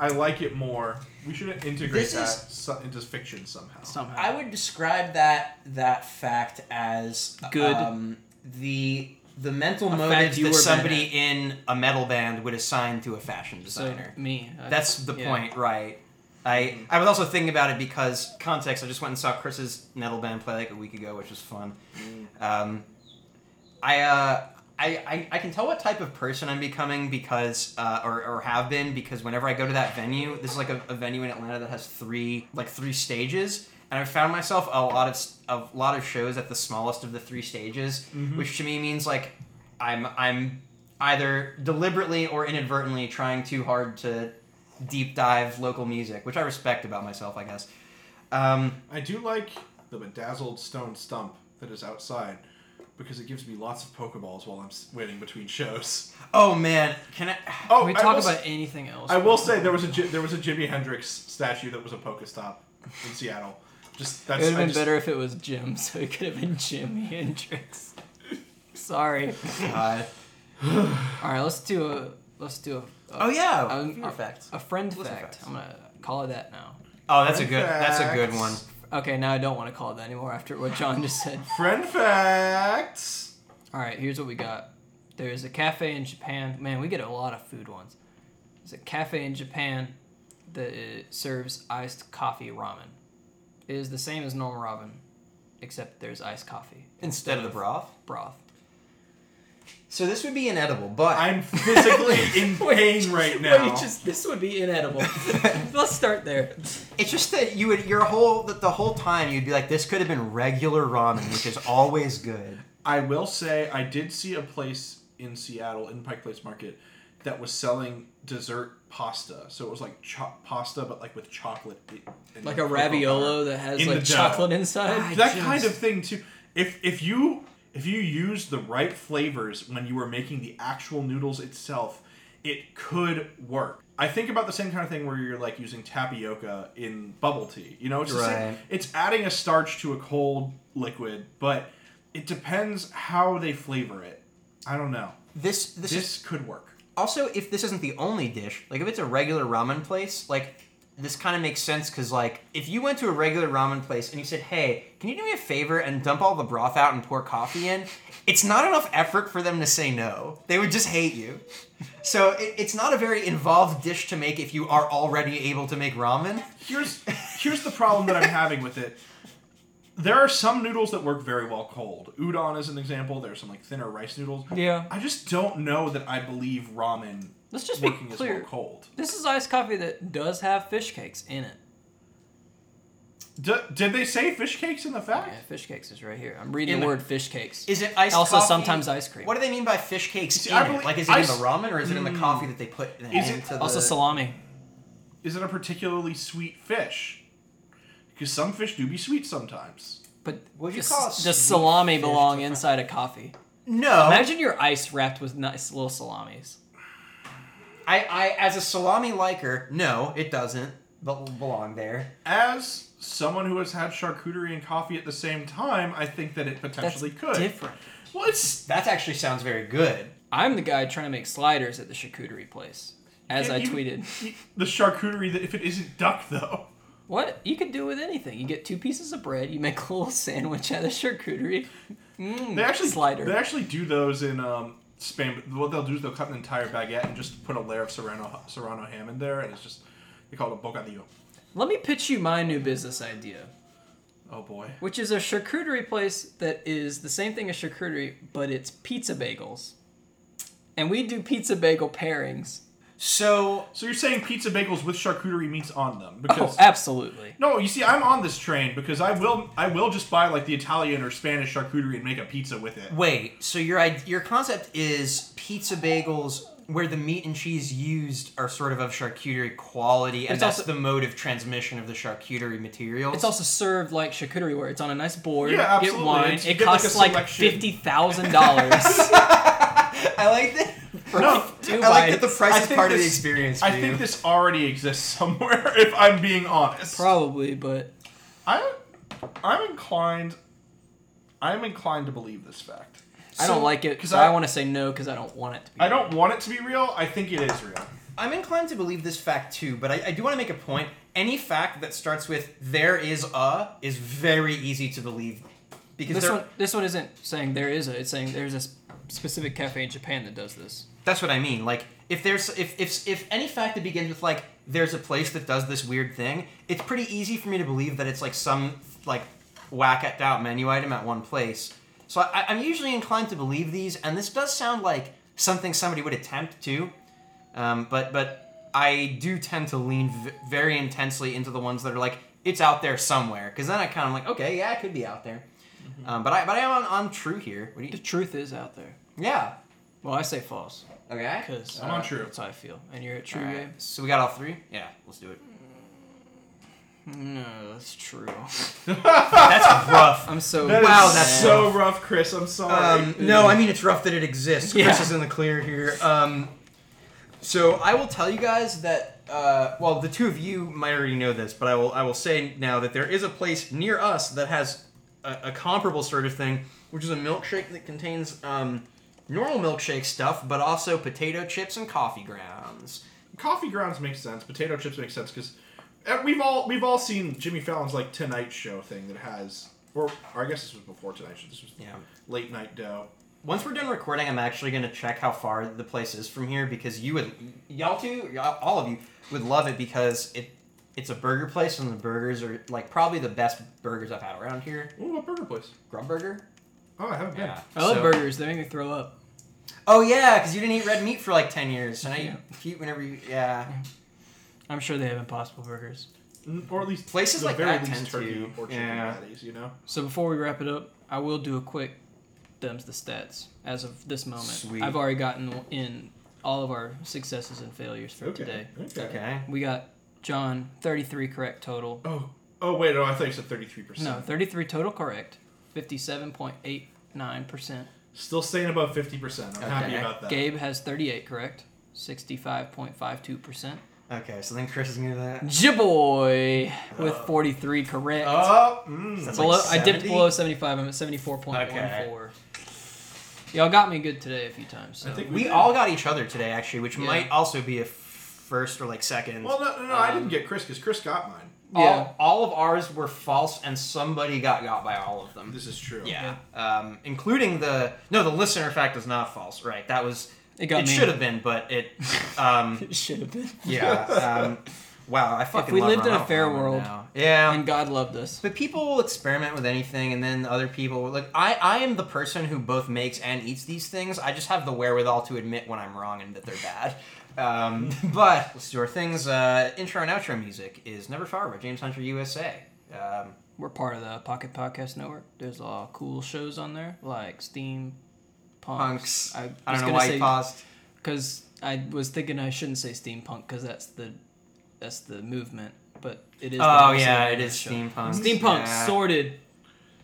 Speaker 2: I like it more. We should integrate
Speaker 1: This
Speaker 2: that
Speaker 1: is-
Speaker 2: so- into fiction somehow.
Speaker 4: Somehow.
Speaker 1: I would describe that that fact as
Speaker 4: Good.
Speaker 1: Um, the the mental
Speaker 4: fact
Speaker 1: motives
Speaker 4: you
Speaker 1: that
Speaker 4: were
Speaker 1: somebody in a metal band would assign to a fashion
Speaker 4: so
Speaker 1: designer.
Speaker 4: me. I-
Speaker 1: That's the
Speaker 4: yeah.
Speaker 1: point, right? I I was also thinking about it because context. I just went and saw Chris's metal band play like a week ago, which was fun. Um, I, uh, I I I can tell what type of person I'm becoming because uh, or or have been because whenever I go to that venue, this is like a, a venue in Atlanta that has three like three stages. And I found myself a lot of s- a lot of shows at the smallest of the three stages, which to me means like I'm I'm either deliberately or inadvertently trying too hard to deep dive local music, which I respect about myself, I guess. Um,
Speaker 2: I do like the bedazzled stone stump that is outside because it gives me lots of Pokeballs while I'm s- waiting between shows.
Speaker 1: oh man, can I?
Speaker 2: Oh,
Speaker 4: Can we
Speaker 2: I will,
Speaker 4: talk
Speaker 2: s-
Speaker 4: about anything else?
Speaker 2: I will say there was a Ji- there was a Jimi Hendrix statue that was a Pokestop in Seattle. Just
Speaker 4: It
Speaker 2: that's
Speaker 4: would have
Speaker 2: I
Speaker 4: been
Speaker 2: just-
Speaker 4: better if it was Jim, so it could have been Jimi Hendrix. Sorry.
Speaker 1: God.
Speaker 4: All right, let's do a let's do a.
Speaker 1: Oh yeah,
Speaker 4: Um,
Speaker 1: fear facts.
Speaker 4: A friend
Speaker 1: Listen
Speaker 4: fact.
Speaker 1: facts.
Speaker 4: I'm gonna call it that now.
Speaker 1: Oh, that's a
Speaker 2: Fun
Speaker 1: good. That's a good
Speaker 2: facts.
Speaker 1: one.
Speaker 4: Okay, now I don't want to call it that anymore after what John just said.
Speaker 2: Friend facts.
Speaker 4: All right, here's what we got. There's a cafe in Japan. Man, we get a lot of food ones. There's a cafe in Japan that uh, serves iced coffee ramen. It is the same as normal ramen, except there's iced coffee
Speaker 1: Instead of the broth.
Speaker 4: broth.
Speaker 1: So this would be inedible, but
Speaker 2: I'm physically in pain right now.
Speaker 4: this would be inedible. Let's start there.
Speaker 1: it's just that you would your whole that the whole time you'd be like, this could have been regular ramen, which is always good.
Speaker 2: I will say I did see a place in Seattle in Pike Place Market that was selling dessert pasta. So it was like cho- pasta, but like with chocolate. i- and
Speaker 4: Like a
Speaker 2: cocoa
Speaker 4: raviolo
Speaker 2: butter.
Speaker 4: that has
Speaker 2: In the
Speaker 4: like
Speaker 2: dough.
Speaker 4: chocolate inside.
Speaker 2: that kind of thing too. If if you if you use the right flavors when you are making the actual noodles itself, it could work. I think about the same kind of thing where you're like using tapioca in bubble tea. You know, it's the same,
Speaker 1: Right.
Speaker 2: it's adding a starch to a cold liquid, but it depends how they flavor it. I don't know.
Speaker 1: This this, is
Speaker 2: This could work.
Speaker 1: also if this isn't the only dish like if it's a regular ramen place like this kind of makes sense because like if you went to a regular ramen place and you said hey can you do me a favor and dump all the broth out and pour coffee in it's not enough effort for them to say no they would just hate you so it, it's not a very involved dish to make if you are already able to make ramen
Speaker 2: here's here's the problem that I'm having with it. There are some noodles that work very well cold. Udon is an example. There's some like thinner rice noodles.
Speaker 4: Yeah.
Speaker 2: I just don't know that I believe ramen
Speaker 4: Let's just be
Speaker 2: working as
Speaker 4: clear.
Speaker 2: well cold.
Speaker 4: This is iced coffee that does have fish cakes in it.
Speaker 2: D- did they say fish cakes in the fact?
Speaker 4: Yeah, fish cakes is right here. I'm reading
Speaker 1: In
Speaker 4: the
Speaker 1: the-
Speaker 4: word fish cakes.
Speaker 1: is it ice
Speaker 4: Also, sometimes ice cream.
Speaker 1: what do they mean by fish cakes
Speaker 2: See,
Speaker 1: in
Speaker 2: I
Speaker 1: it?
Speaker 2: believe-
Speaker 1: like is it in
Speaker 2: ice- Mm.
Speaker 1: the ramen or is it in the coffee that they put
Speaker 2: Is it-
Speaker 1: into the
Speaker 4: also salami?
Speaker 2: Is it a particularly sweet fish? Because some fish do be sweet sometimes.
Speaker 4: But
Speaker 1: Would you
Speaker 4: does,
Speaker 1: call a
Speaker 4: does
Speaker 1: sweet
Speaker 4: salami
Speaker 1: fish Oh.
Speaker 4: belong
Speaker 1: different?
Speaker 4: inside a coffee?
Speaker 1: no
Speaker 4: Imagine your ice wrapped with nice little salamis.
Speaker 1: I, I as a salami liker, no, it doesn't. bel- belong there.
Speaker 2: As someone who has had charcuterie and coffee at the same time, I think that it
Speaker 4: That's
Speaker 2: potentially could.
Speaker 4: different.
Speaker 2: well, it's
Speaker 1: That actually sounds very good.
Speaker 4: I'm the guy trying to make sliders at the charcuterie place, as
Speaker 2: Yeah,
Speaker 4: I
Speaker 2: you-
Speaker 4: tweeted.
Speaker 2: the charcuterie that if it isn't duck though.
Speaker 4: What you could do with anything? You get two pieces of bread. You make a little sandwich out of charcuterie. Mm,
Speaker 2: They actually
Speaker 4: slider.
Speaker 2: They actually do those in um, Spain. But what they'll do is they'll cut an entire baguette and just put a layer of serrano serrano ham in there, and it's just they call it a bocadillo.
Speaker 4: Let me pitch you my new business idea,
Speaker 2: Oh boy.
Speaker 4: which is a charcuterie place that is the same thing as charcuterie, but it's pizza bagels, and we do pizza bagel pairings.
Speaker 1: So
Speaker 2: So you're saying pizza bagels with charcuterie meats on them?
Speaker 4: Oh,
Speaker 2: Because
Speaker 4: absolutely.
Speaker 2: no, you see, I'm on this train because I will I will just buy like the Italian or Spanish charcuterie and make a pizza with it.
Speaker 1: wait, so your id- your concept is pizza bagels where the meat and cheese used are sort of of charcuterie quality, and
Speaker 4: It's
Speaker 1: that's
Speaker 4: also-
Speaker 1: the mode of transmission of the charcuterie materials.
Speaker 4: It's also served like charcuterie, where it's on a nice board.
Speaker 2: Yeah,
Speaker 4: Get
Speaker 2: absolutely.
Speaker 4: wine.
Speaker 2: It's-
Speaker 4: It
Speaker 2: get, like, a
Speaker 4: costs like,
Speaker 2: selection.
Speaker 4: fifty thousand dollars.
Speaker 1: I like that.
Speaker 2: No,
Speaker 1: I
Speaker 4: Two
Speaker 1: like that the
Speaker 2: I
Speaker 4: bites.
Speaker 1: price is
Speaker 2: think
Speaker 1: part of the
Speaker 2: this-
Speaker 1: experience. For
Speaker 2: I think
Speaker 1: you.
Speaker 2: this already exists somewhere. If I'm being honest,
Speaker 4: Probably, but
Speaker 2: I I'm inclined I'm inclined to believe this fact.
Speaker 4: I don't like it
Speaker 2: 'cause
Speaker 4: because I,
Speaker 2: I-
Speaker 4: want to say no because I don't want it to be.
Speaker 2: I don't want it to be real. I think it is real.
Speaker 1: I'm inclined to believe this fact too, but I, I do want to make a point. Any fact that starts with "there is a" is very easy to believe because
Speaker 4: This
Speaker 1: there-
Speaker 4: one, this one isn't saying there is a. It's saying there's a s- specific cafe in Japan that does this.
Speaker 1: that's what I mean. Like if there's if if if any fact that begins with like "there's a place that does this weird thing," it's pretty easy for me to believe that it's like some like whack out menu item at one place. So I, I'm usually inclined to believe these, and this does sound like something somebody would attempt too. Um, but but I do tend to lean v- very intensely into the ones that are like it's out there somewhere because then I kind of like okay yeah it could be out there. Um, but I but I am on, on true here. What do
Speaker 4: The
Speaker 1: you?
Speaker 4: truth is out there.
Speaker 1: Yeah.
Speaker 4: Well, I say false
Speaker 1: Okay.
Speaker 4: because
Speaker 2: I'm on true.
Speaker 4: uh, That's how I feel, and you're at true.
Speaker 1: All right.
Speaker 4: Gabe?
Speaker 1: So we got all three. Yeah, let's do it.
Speaker 4: No, that's true.
Speaker 1: That's rough. Um,
Speaker 4: I'm so
Speaker 2: That is
Speaker 1: Wow, that's
Speaker 2: so rough, Chris. I'm sorry.
Speaker 1: Um, no, I mean it's rough that it exists. Chris
Speaker 4: Yeah.
Speaker 1: is in the clear here. Um, so I will tell you guys that. Uh, well, the two of you might already know this, but I will. I will say now that there is a place near us that has a, a comparable sort of thing, which is a milkshake that contains um, normal milkshake stuff, but also potato chips and coffee grounds.
Speaker 2: Coffee grounds makes sense. Potato chips makes sense because we've all we've all seen Jimmy Fallon's like Tonight Show thing that has, or, or I guess this was before Tonight Show. This was
Speaker 1: Yeah.
Speaker 2: late night dough.
Speaker 1: Once we're done recording, I'm actually gonna check how far the place is from here because you would, y'all two, y'all, all of you would love it because it, it's a burger place and the burgers are like probably the best burgers I've had around here.
Speaker 2: Ooh, what burger place?
Speaker 1: Grub Burger.
Speaker 2: Oh, I haven't been.
Speaker 4: I love
Speaker 1: So-
Speaker 4: burgers. They make me throw up.
Speaker 1: Oh yeah, because you didn't eat red meat for like ten years, so now you eat whenever you. Yeah.
Speaker 4: I'm sure they have impossible burgers.
Speaker 2: N- Or at least
Speaker 1: Places
Speaker 2: the
Speaker 1: like
Speaker 2: very
Speaker 1: that
Speaker 2: least
Speaker 1: tend
Speaker 2: turkey
Speaker 1: to-
Speaker 2: or chicken
Speaker 1: yeah.
Speaker 2: patties. You know.
Speaker 4: So before we wrap it up, I will do a quick them's the stats as of this moment.
Speaker 1: Sweet.
Speaker 4: I've already gotten in all of our successes and failures for today.
Speaker 2: Okay.
Speaker 1: Okay.
Speaker 4: We got John 33 correct total.
Speaker 2: Oh. Oh wait, no, I thought you said thirty-three percent.
Speaker 4: No, 33 total correct. 57.89%.
Speaker 2: Still staying above fifty percent. I'm happy
Speaker 1: Okay.
Speaker 2: about that.
Speaker 4: Gabe has 38 correct. 65.52%.
Speaker 1: Okay, so then Chris is gonna do that.
Speaker 4: Jiboy with 43 correct.
Speaker 2: Oh, mm.
Speaker 1: Uh, That's
Speaker 4: below,
Speaker 1: like
Speaker 4: I dipped
Speaker 1: 70?
Speaker 4: below 75. I'm at 74.14. Y'all got me good today a few times. So.
Speaker 2: I think
Speaker 1: We
Speaker 2: did.
Speaker 1: all got each other today, actually, which
Speaker 4: Yeah.
Speaker 1: might also be a first or like second.
Speaker 2: Well, no, no, no
Speaker 1: Um,
Speaker 2: I didn't get Chris because Chris got mine.
Speaker 4: Yeah.
Speaker 1: all, all of ours were false, and somebody got got by all of them.
Speaker 2: This is true.
Speaker 1: Yeah. Um, including the no, the listener fact is not false, right? That was
Speaker 4: It got
Speaker 1: it
Speaker 4: me.
Speaker 1: should have been, but it um
Speaker 4: It should have been.
Speaker 1: yeah. Um, wow, I fucking
Speaker 4: we
Speaker 1: love
Speaker 4: lived in a
Speaker 1: Ronald
Speaker 4: fair
Speaker 1: Reagan
Speaker 4: world,
Speaker 1: now. Yeah.
Speaker 4: And God loved us.
Speaker 1: but people will experiment with anything and then other people like I, I am the person who both makes and eats these things. I just have the wherewithal to admit when I'm wrong and that they're bad. Um, but let's do our things. Uh, intro and outro music is Never Far by James Hunter USA. Um,
Speaker 4: We're part of the Pocket Podcast Network. There's a lot of cool shows on there, like Steam Punks.
Speaker 1: punks. I, don't know why you paused.
Speaker 4: Because I was thinking I shouldn't say steampunk because that's the that's the movement, but it is. the
Speaker 1: Oh
Speaker 4: name of
Speaker 1: yeah,
Speaker 4: the
Speaker 1: it is
Speaker 4: show.
Speaker 1: steampunk.
Speaker 4: Steampunk
Speaker 1: Yeah.
Speaker 4: sorted.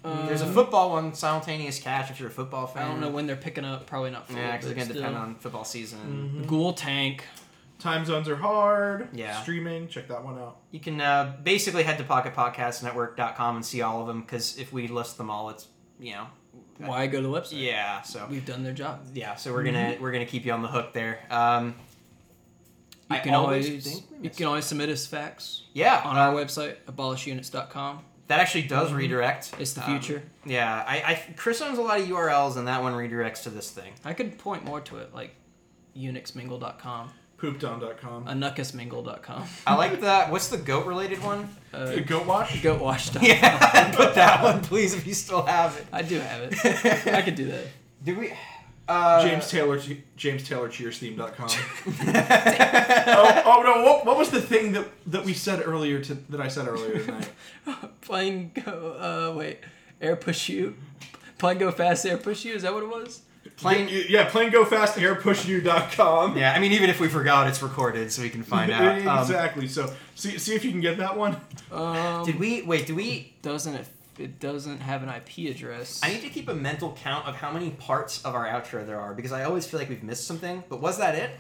Speaker 1: There's a
Speaker 4: Um,
Speaker 1: football one, simultaneous catch if you're a football fan.
Speaker 4: I don't know when they're picking up. Probably not. Full,
Speaker 1: Yeah, because
Speaker 4: but
Speaker 1: it's gonna
Speaker 4: still.
Speaker 1: depend on football season.
Speaker 4: Ghoul Tank.
Speaker 2: Time zones are hard.
Speaker 1: Yeah.
Speaker 2: Streaming. Check that one out.
Speaker 1: You can uh, basically head to pocketpodcastnetwork.com and see all of them because if we list them all, it's you know,
Speaker 4: Why go to the website?
Speaker 1: yeah. So
Speaker 4: We've done their job.
Speaker 1: yeah, so we're gonna
Speaker 4: Mm-hmm.
Speaker 1: we're gonna keep you on the hook there. Um,
Speaker 4: You
Speaker 1: I
Speaker 4: can always,
Speaker 1: think we
Speaker 4: you
Speaker 1: missed
Speaker 4: can always submit us facts
Speaker 1: yeah
Speaker 4: on our website abolishunits.com.
Speaker 1: That actually does redirect.
Speaker 4: It's the
Speaker 1: Um,
Speaker 4: future.
Speaker 1: yeah, I, I Chris owns a lot of URLs, and that one redirects to this thing.
Speaker 4: I could point more to it, like unixmingle.com,
Speaker 2: Poopdown.com.
Speaker 4: anuckasmingle.com,
Speaker 1: I like that. What's the goat related one?
Speaker 4: uh,
Speaker 2: Goat wash.
Speaker 4: goatwash.com.
Speaker 1: Yeah, put that one, please, if you still have it.
Speaker 4: I do have it. I could do that.
Speaker 1: Did we? Uh,
Speaker 2: James Taylor. James Taylor. Cheerstheme.com.
Speaker 1: James.
Speaker 2: oh, oh no! What, what was the thing that that we said earlier to that I said earlier tonight?
Speaker 4: Playing go, uh, wait, air push you. Playing go fast, air push you. Is that what it was?
Speaker 1: Plain.
Speaker 2: yeah, yeah, plain go fast airpushyou.com.
Speaker 1: Yeah, I mean, even if we forgot, it's recorded, so we can find out. Um,
Speaker 2: exactly. So see see if you can get that one.
Speaker 4: Um,
Speaker 1: Did we? Wait, do we?
Speaker 4: doesn't it? It doesn't have an IP address.
Speaker 1: I need to keep a mental count of how many parts of our outro there are because I always feel like we've missed something. But was that it?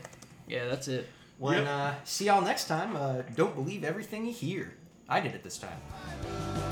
Speaker 4: yeah, that's it.
Speaker 1: Well,
Speaker 2: Yep.
Speaker 1: then, uh, see y'all next time. Uh, don't believe everything you hear. I did it this time.
Speaker 6: Thank